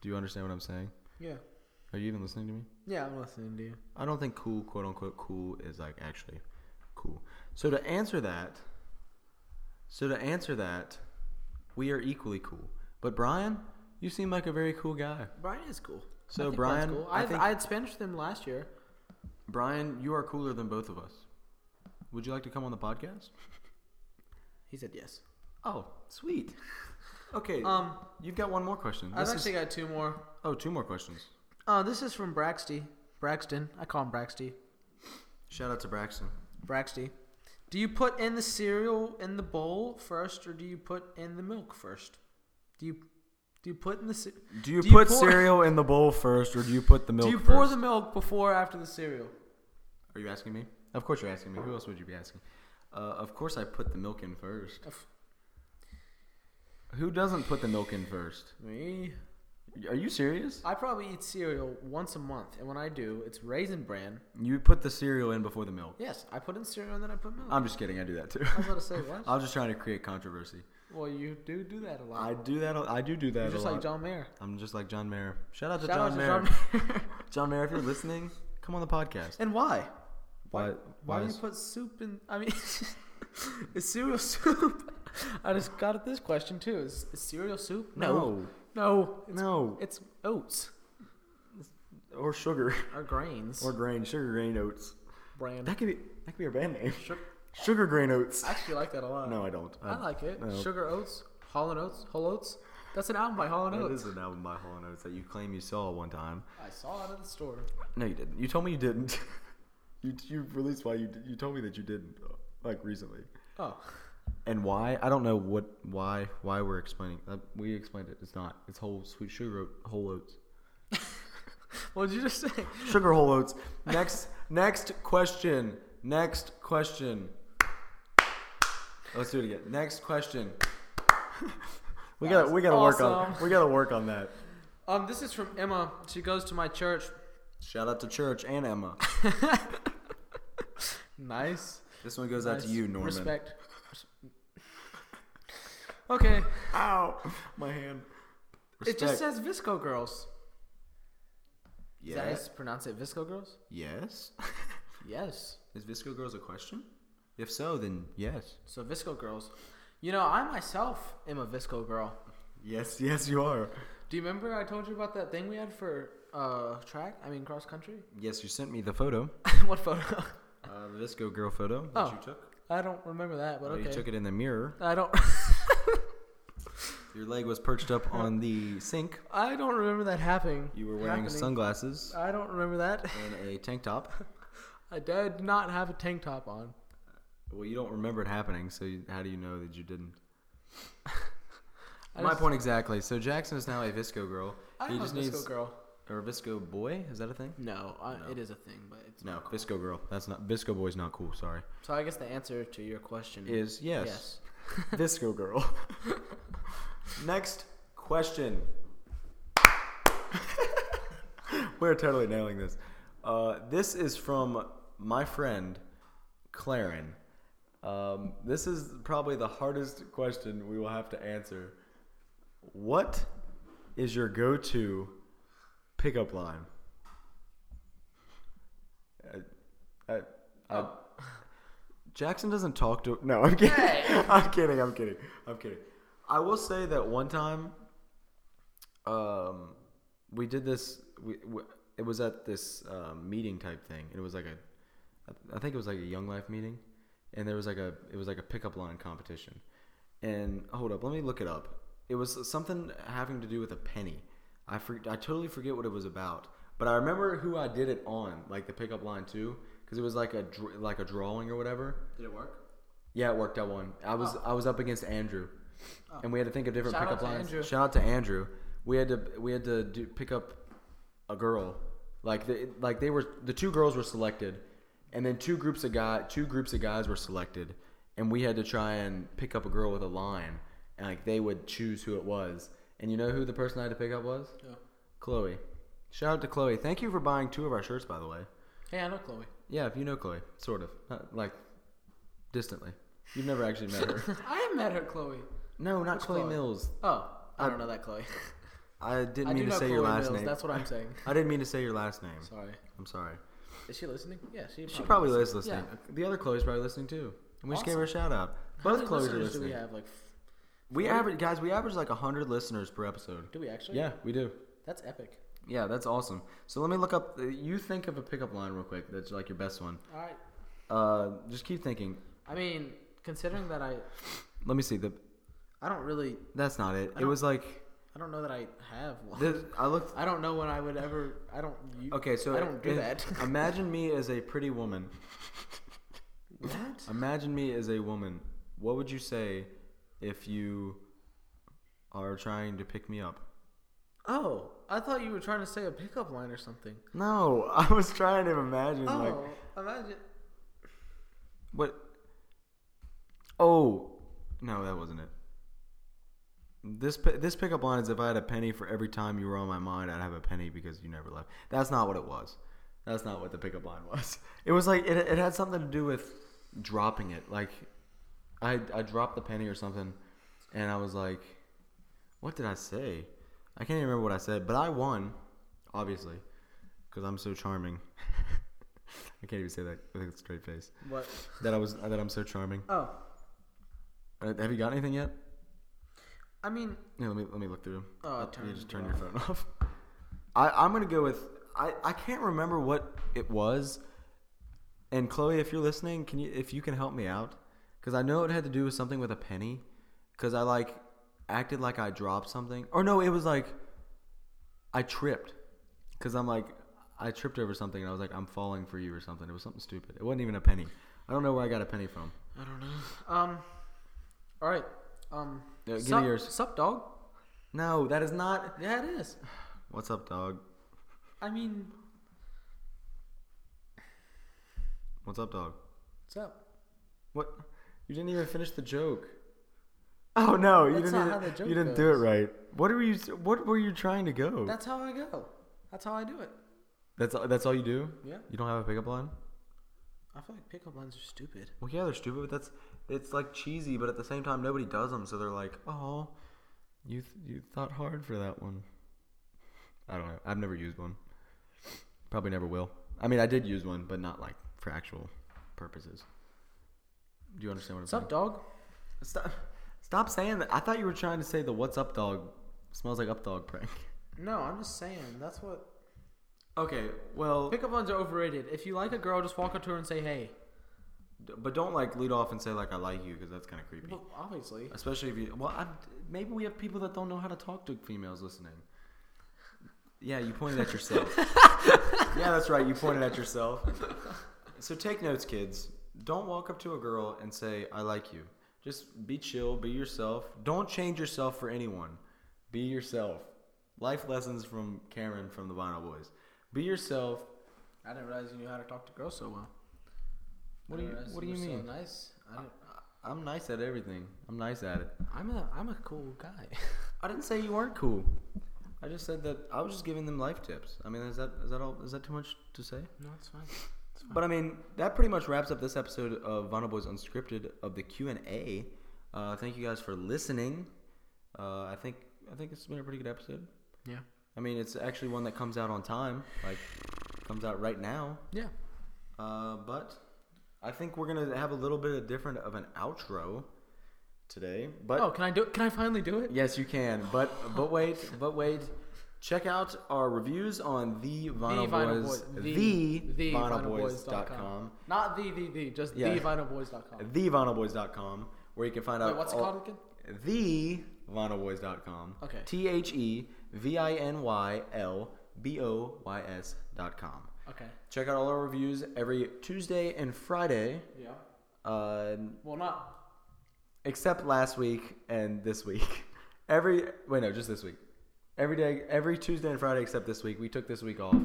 S1: Do you understand what I'm saying?
S2: yeah,
S1: Are you even listening to me?
S2: yeah. I'm listening to you.
S1: I don't think cool, quote unquote, cool is like actually cool. So to answer that, so to answer that, we are equally cool. But Brian, you seem like a very cool guy.
S2: Brian is cool.
S1: So,
S2: I think
S1: Brian,
S2: Brian's cool.
S1: I
S2: I,
S1: think-
S2: I had Spanish with him last year.
S1: Brian, you are cooler than both of us. Would you like to come on the podcast?
S2: He said yes.
S1: Oh, sweet. Okay.
S2: Um,
S1: you've got one more question.
S2: I've
S1: This
S2: actually
S1: is,
S2: got two more.
S1: oh, two more questions.
S2: Uh, this is from Braxty. Braxton. I call him Braxty.
S1: Shout out to Braxton.
S2: Braxty. Do you put in the cereal in the bowl first, or do you put in the milk first? Do you do you put in the ce-
S1: Do you
S2: Do you
S1: put
S2: pour-
S1: cereal in the bowl first, or do you put the milk
S2: do you
S1: first?
S2: pour the milk before or after the cereal?
S1: Are you asking me? Of course you're asking me. Who else would you be asking? Uh, of course I put the milk in first.
S2: Of-
S1: Who doesn't put the milk in first?
S2: Me,
S1: Are you serious?
S2: I probably eat cereal once a month, and when I do, it's raisin bran.
S1: You put the cereal in before the milk.
S2: Yes, I put in cereal and then I put milk.
S1: I'm just kidding. I do that too.
S2: I was about to say what?
S1: I'm just trying to create controversy.
S2: well, you do do that a lot.
S1: I do that. a- I do do that.
S2: You're
S1: a
S2: just
S1: lot.
S2: like John Mayer.
S1: I'm just like John Mayer. Shout out to
S2: Shout
S1: John Mayer.
S2: out to John
S1: John,
S2: Mayer.
S1: Mayer, if you're listening, come on the podcast.
S2: and why?
S1: Why?
S2: Why do you
S1: is-
S2: put soup in? I mean, is cereal soup? I just got at this question too. Is, is cereal soup?
S1: no,
S2: no, it's,
S1: no,
S2: it's oats
S1: or sugar
S2: or grains
S1: or grain, sugar grain oats.
S2: brand.
S1: That could be that could be our band name.
S2: Sugar.
S1: Sugar grain oats.
S2: I actually like that a lot.
S1: No, I don't.
S2: I like it.
S1: Um, no.
S2: Sugar oats, Hall and Oats, Whole Oats. That's an album by Hall and
S1: That
S2: Oats.
S1: is an album by Hall & Oates that you claim you saw one time.
S2: I saw it at the store.
S1: No, you didn't. You told me you didn't. you you released why you d- you told me that you didn't like recently.
S2: Oh,
S1: And why? I don't know what why why we're explaining. Uh, we explained it. It's not. It's whole sweet sugar oat- whole oats.
S2: what did you just say?
S1: Sugar whole oats. Next next question. Next question. Let's do it again. Next question. we
S2: That
S1: got to
S2: was
S1: we got to work on
S2: awesome.
S1: we got to work on that.
S2: Um, this is from Emma. She goes to my church.
S1: Shout out to Church and Emma.
S2: Nice.
S1: This one goes out to
S2: Nice.
S1: you, Norman.
S2: Respect. Okay.
S1: Ow, my hand.
S2: It just says Visco Girls. Is that how
S1: yes.
S2: you s- pronounce it? Visco Girls?
S1: Yes.
S2: Yes.
S1: Is Visco Girls a question? If so, then yes.
S2: So Visco Girls. You know, I myself am a Visco girl.
S1: Yes, yes, you are.
S2: Do you remember I told you about that thing we had for uh track? I mean cross country?
S1: Yes, you sent me the photo,
S2: what photo?
S1: uh, the Visco Girl photo that
S2: Oh.
S1: you took.
S2: I don't remember that, but
S1: Oh,
S2: okay.
S1: You took it in the mirror.
S2: I don't
S1: Your leg was perched up on the sink.
S2: I don't remember that happening.
S1: You were wearing
S2: happening.
S1: sunglasses
S2: I don't remember that.
S1: and a tank top.
S2: I did not have a tank top on.
S1: Well, you don't remember it happening, so you, how do you know that you didn't?
S2: I
S1: My
S2: just-
S1: point exactly. So Jackson is now a Visco girl.
S2: I
S1: he
S2: am a
S1: just
S2: Visco
S1: needs
S2: girl.
S1: or Visco Boy? Is that a thing?
S2: No, I,
S1: No.
S2: it is a thing, but it's
S1: No,
S2: not cool.
S1: Visco Girl. That's not Visco Boy's not cool. Sorry.
S2: So I guess the answer to your question
S1: Is yes. Visco Girl. Next question. We're totally nailing this. Uh, this is from my friend, Claren. Um, this is probably the hardest question we will have to answer. What is your go to pickup line? I, I, Uh, I, Jackson doesn't talk to. No, I'm kidding. I'm kidding. I'm kidding. I'm kidding. I will say that one time, um, we did this. We, we it was at this um, meeting type thing. It was like a, I think it was like a Young Life meeting, and there was like a it was like a pickup line competition. And hold up, let me look it up. It was something having to do with a penny. I for, I totally forget what it was about, but I remember who I did it on, like the pickup line too, because it was like a dr- like a drawing or whatever.
S2: Did it work?
S1: Yeah, it worked out one. I was I was up against Andrew, and we had to think of different
S2: Oh. Shout out
S1: pickup
S2: to
S1: lines.
S2: Andrew.
S1: Shout out to Andrew. We had to we had to do, pick up a girl, like the, like they were the two girls were selected, and then two groups of guy two groups of guys were selected, and we had to try and pick up a girl with a line, and like they would choose who it was. And you know who the person I had to pick up was?
S2: No.
S1: Chloe. Shout out to Chloe. Thank you for buying two of our shirts, by the way.
S2: Hey, I know Chloe.
S1: Yeah, if you know Chloe, sort of, Not, like distantly. You've never actually met her.
S2: I have met her, Chloe.
S1: No, not Chloe,
S2: Chloe?
S1: Mills.
S2: Oh, I
S1: I-
S2: don't know that Chloe.
S1: I didn't
S2: I do
S1: mean to
S2: know
S1: say
S2: Chloe
S1: your last
S2: Mills.
S1: name.
S2: That's what I'm saying.
S1: I didn't mean to say your last name.
S2: Sorry.
S1: I'm sorry.
S2: Is she listening? Yeah, she.
S1: She probably is
S2: listens.
S1: listening.
S2: Yeah.
S1: The other Chloe's probably listening too. And we just gave her a shout out.
S2: How
S1: Both
S2: many
S1: Chloe's are
S2: listeners do we
S1: listening.
S2: have? Like, f-
S1: We, average guys. We average like hundred listeners per episode.
S2: do we actually?
S1: Yeah, we do.
S2: That's epic.
S1: Yeah, that's awesome. So let me look up. uh, You think of a pickup line real quick. That's like your best one.
S2: All right.
S1: Uh, just keep thinking.
S2: I mean, considering that I,
S1: Let me see. The
S2: I don't really,
S1: that's not it. It
S2: don't-
S1: was like
S2: I don't know that I have one.
S1: this, I looked.
S2: I don't know when I would ever. I don't. You,
S1: Okay, so
S2: I don't do
S1: if-
S2: that.
S1: Imagine me as a pretty woman.
S2: what?
S1: Imagine me as a woman. What would you say if you are trying to pick me up?
S2: Oh, I thought you were trying to say a pickup line or something.
S1: No, I was trying to imagine
S2: Oh,
S1: like
S2: imagine.
S1: what. Oh, no, that wasn't it. This pi- this pickup line is if I had a penny for every time you were on my mind, I'd have a penny because you never left. That's not what it was. That's not what the pickup line was. It was like it, it had something to do with dropping it. Like I I dropped the penny or something, and I was like, what did I say? I can't even remember what I said, but I won, obviously, because I'm so charming. I can't even say that with a straight face.
S2: What?
S1: That I was that I'm so charming.
S2: Oh,
S1: Uh, Have you got anything yet?
S2: I mean,
S1: Yeah, let me let me look through them.
S2: Oh, I
S1: you
S2: turned
S1: just
S2: it
S1: turn your phone off. I I'm gonna go with I I can't remember what it was. And Chloe, if you're listening, can you if you can help me out? Because I know it had to do with something with a penny. Because I like acted like I dropped something, or no, it was like I tripped. Because I'm like I tripped over something, and I was like I'm falling for you or something. It was something stupid. It wasn't even a penny. I don't know where I got a penny from.
S2: I don't know. Um, all right. Um,
S1: Yeah, give me
S2: sup,
S1: yours.
S2: Sup, dog?
S1: No, that is not.
S2: Yeah, it is.
S1: What's up, dog?
S2: I mean,
S1: What's up, dog?
S2: what's up?
S1: What? You didn't even finish the joke. Oh no, you
S2: That's
S1: didn't.
S2: not
S1: even-
S2: how the joke
S1: you didn't do it
S2: goes.
S1: right. What were you? What were you trying to go?
S2: That's how I go. That's how I do it.
S1: That's all- that's all you do.
S2: Yeah.
S1: You don't have a pickup line.
S2: I feel like pickup lines are stupid.
S1: Well, yeah, they're stupid, but that's it's like cheesy, but at the same time, nobody does them, so they're like, oh, you th- you thought hard for that one. I don't know. I've never used one. Probably never will. I mean, I did use one, but not like for actual purposes. Do you understand what I'm
S2: What's
S1: saying?
S2: up, dog?
S1: Stop, stop saying that. I thought you were trying to say the "What's up, dog?" smells like up dog prank.
S2: No, I'm just saying. That's what.
S1: Okay, well,
S2: Pickup lines are overrated. If you like a girl, just walk up to her and say, hey.
S1: but don't like lead off and say like "I like you" because that's kind of creepy.
S2: Well, obviously.
S1: Especially if you. Well, i maybe we have people that don't know how to talk to females listening. Yeah, you pointed at yourself. yeah, that's right. You pointed at yourself. So take notes, kids. Don't walk up to a girl and say "I like you." Just be chill, be yourself. Don't change yourself for anyone. Be yourself. Life lessons from Cameron from the Vinyl Boys. Be yourself.
S2: I didn't realize you knew how to talk to girls so well.
S1: What do you What do you mean?
S2: nice. I
S1: I'm nice at everything. I'm nice at it.
S2: am a I'm a cool guy.
S1: I didn't say you weren't cool. I just said that I was just giving them life tips. I mean, is that is that all? Is that too much to say?
S2: no, it's fine. It's fine.
S1: But I mean, that pretty much wraps up this episode of Vinyl Boys Unscripted of the Q and A. Uh, thank you guys for listening. Uh, I think I think it's been a pretty good episode.
S2: yeah.
S1: I mean, it's actually one that comes out on time, like comes out right now.
S2: Yeah.
S1: Uh, but I think we're gonna have a little bit of different of an outro today. But
S2: Oh, can I do it? Can I finally do it?
S1: Yes, you can. But but wait, but wait. Check out our reviews on the Vinyl
S2: Vinyl
S1: Boys,
S2: Boy-
S1: the,
S2: the
S1: vinylboys
S2: vinylboys.com.
S1: dot com,
S2: Not the the the, just
S1: Yeah. Uh,
S2: the vinylboys.com.
S1: the vinylboys.com, where you can find out
S2: Wait, what's it
S1: all-
S2: called again?
S1: The vinylboys.com.
S2: Okay.
S1: T H E V I N Y L B O Y S dot com.
S2: Okay.
S1: Check out all our reviews every Tuesday and Friday,
S2: Yeah.
S1: uh,
S2: Well, not
S1: except last week and this week. Every wait, no, just this week. Every day, every Tuesday and Friday, except this week. We took this week off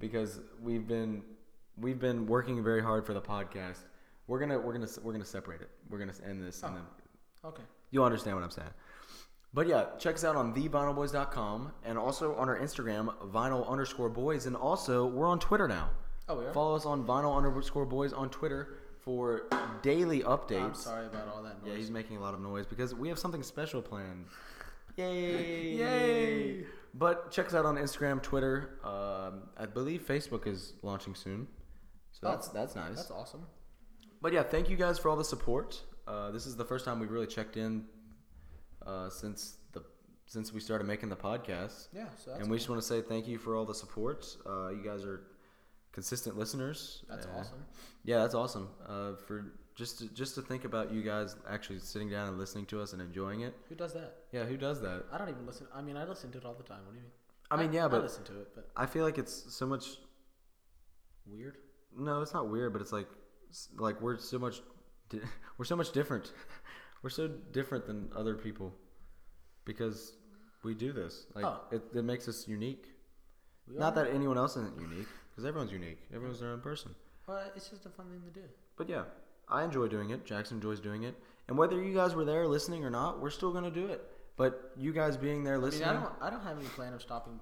S1: because we've been we've been working very hard for the podcast. We're gonna we're gonna we're gonna separate it. We're gonna end this,
S2: Oh.
S1: and then
S2: okay.
S1: you'll understand what I'm saying. But yeah, check us out on thevinylboys.com and also on our Instagram, vinyl underscore boys, and also we're on Twitter now.
S2: Oh, we are?
S1: Follow us on vinyl underscore boys on Twitter for daily updates.
S2: I'm sorry about all that
S1: Yeah,
S2: noise.
S1: he's making a lot of noise because we have something special planned. Yay!
S2: Yay!
S1: But check us out on Instagram, Twitter. Um, I believe Facebook is launching soon, so
S2: Oh,
S1: that's that's nice.
S2: That's awesome.
S1: But yeah, thank you guys for all the support. Uh, this is the first time we've really checked in uh, since the since we started making the podcast,
S2: Yeah. So that's
S1: and we just want to say thank you for all the support. Uh, you guys are consistent listeners.
S2: that's
S1: Uh,
S2: awesome.
S1: yeah, that's awesome. Uh, for just to, just to think about you guys actually sitting down and listening to us and enjoying it.
S2: Who does that?
S1: Yeah, who does that?
S2: I don't even listen. I mean, I listen to it all the time. What do you mean?
S1: I mean, yeah,
S2: I
S1: but
S2: listen to it, but
S1: I feel like it's so much.
S2: weird.
S1: No, it's not weird, but it's like it's like we're so much di- we're so much different. We're so different than other people because we do this. Like
S2: Oh.
S1: it, it makes us unique.
S2: We
S1: Not
S2: are-
S1: that anyone else isn't unique, because everyone's unique. Everyone's their own person.
S2: Well, it's just a fun thing to do.
S1: But yeah, I enjoy doing it. Jackson enjoys doing it. And whether you guys were there listening or not, we're still gonna do it. But you guys being there
S2: I mean,
S1: listening,
S2: I don't. I don't have any plan of stopping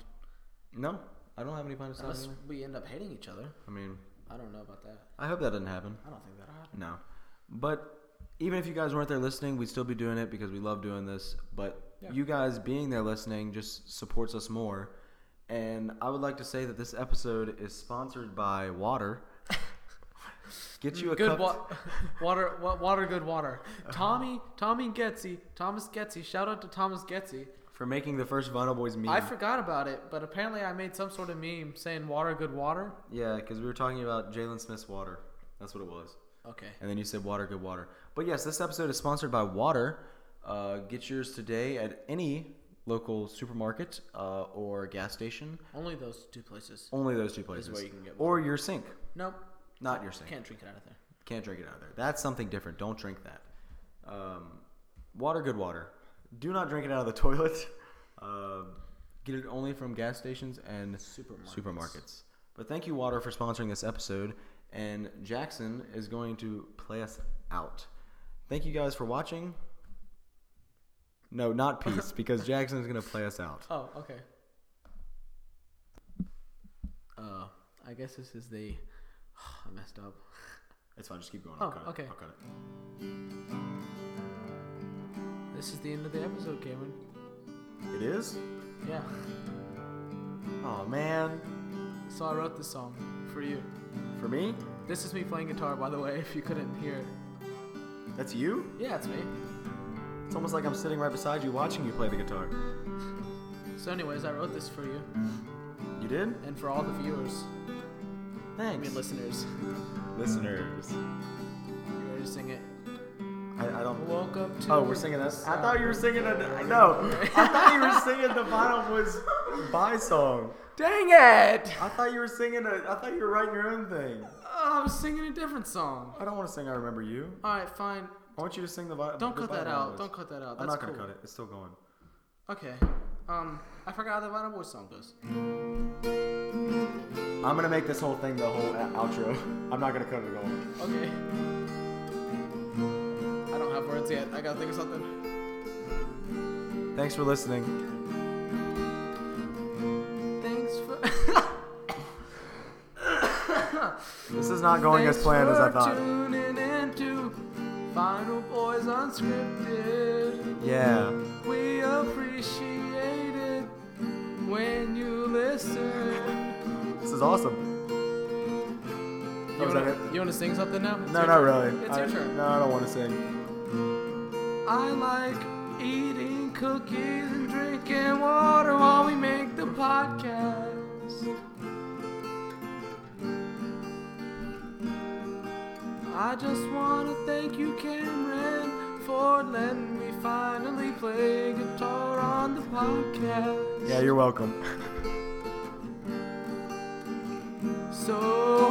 S1: no, I don't have any plan to stop.
S2: unless
S1: anyone.
S2: we end up hating each other.
S1: I mean,
S2: I don't know about that.
S1: I hope that doesn't happen.
S2: I don't think that'll happen.
S1: No. But even if you guys weren't there listening, we'd still be doing it because we love doing this. But
S2: Yeah.
S1: you guys being there listening just supports us more. And I would like to say that this episode is sponsored by water. Get you a
S2: good
S1: cup.
S2: wa- water, wa- water, good water. Tommy, Tommy Getzey, Thomas Getzey. Shout out to Thomas Getzey.
S1: for making the first Vinyl Boys meme.
S2: I forgot about it, but apparently I made some sort of meme saying water, good water.
S1: yeah, because we were talking about Jalen Smith's water. That's what it was.
S2: Okay.
S1: And then you said water, good water. But yes, this episode is sponsored by water. Uh, get yours today at any local supermarket uh, or gas station.
S2: Only those two places.
S1: Only those two places.
S2: where you can get
S1: or your sink.
S2: Nope.
S1: Not your sink. Can't.
S2: Can't drink it out of there.
S1: drink it out of there. That's something different. Don't drink that. Um, water, good water. Do not drink it out of the toilet. Um get it only from gas stations and
S2: Supermarkets.
S1: supermarkets. But thank you, Water, for sponsoring this episode. And Jackson is going to play us out. Thank you guys for watching. No, not peace, because Jackson is going to play us out.
S2: Oh, okay. Uh, I guess this is the. I messed up.
S1: It's fine. Just keep going.
S2: Oh,
S1: cut it.
S2: okay.
S1: I'll cut it.
S2: This is the end of the episode, Cameron.
S1: It is?
S2: Yeah.
S1: Oh, man.
S2: So I wrote this song for you.
S1: For me?
S2: This is me playing guitar, by the way, if you couldn't hear. it.
S1: That's you?
S2: Yeah, it's me.
S1: It's almost like I'm sitting right beside you watching you play the guitar.
S2: So, anyways, I wrote this for you
S1: You did?
S2: and for all the viewers, I
S1: Thanks.
S2: mean listeners.
S1: Listeners.
S2: You ready to sing it?
S1: I, I don't.
S2: Welcome to.
S1: Oh, we're singing this? I thought you were singing a. No. I thought you were singing the Vinyl Boys Bye song.
S2: Dang it!
S1: I thought you were singing a. I thought you were writing your own thing.
S2: Oh, I'm singing a different song.
S1: I don't want to sing I Remember You.
S2: All right, fine.
S1: I want you to sing the Vinyl
S2: Don't cut that out. Don't cut that out. That's
S1: I'm not going to
S2: cool.
S1: cut it. It's still going.
S2: Okay. Um, I forgot how the Vital Boys song goes.
S1: I'm gonna make this whole thing the whole a- outro. I'm not gonna cut it at all.
S2: Okay. I don't have words yet. I gotta think of something.
S1: Thanks for listening.
S2: Thanks for.
S1: This is not going as
S2: Thanks
S1: planned as I
S2: for
S1: thought.
S2: Tuning in to Final Boys Unscripted.
S1: Yeah.
S2: We appreciate it when you listen.
S1: This is awesome.
S2: You
S1: That was
S2: wanna,
S1: it.
S2: you wanna sing something now? It's
S1: No,
S2: your
S1: not
S2: turn.
S1: really.
S2: It's
S1: I,
S2: your turn.
S1: No, I don't want to sing.
S2: I like eating cookies and drinking water while we make the podcast. I just want to thank you, Cameron, for letting me finally play guitar on the podcast.
S1: Yeah, you're welcome.
S2: So,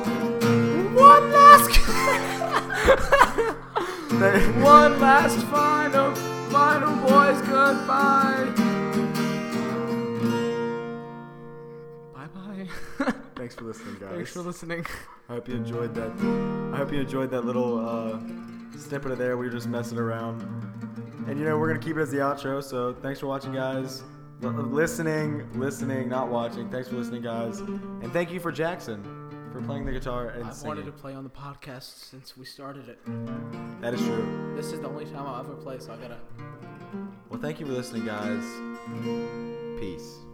S2: one last. One last final, final boys goodbye. Bye bye.
S1: Thanks for listening, guys.
S2: Thanks for listening.
S1: I hope you enjoyed that. I hope you enjoyed that little uh, snippet of there. We were just messing around, and you know we're gonna keep it as the outro. So thanks for watching, guys. L- listening, listening, not watching. Thanks for listening, guys, and thank you for Jackson for playing the guitar and
S2: I've wanted
S1: singing.
S2: to play on the podcast since we started it.
S1: That is true.
S2: This is the only time I'll ever play, so I gotta.
S1: Well, thank you for listening, guys. Peace.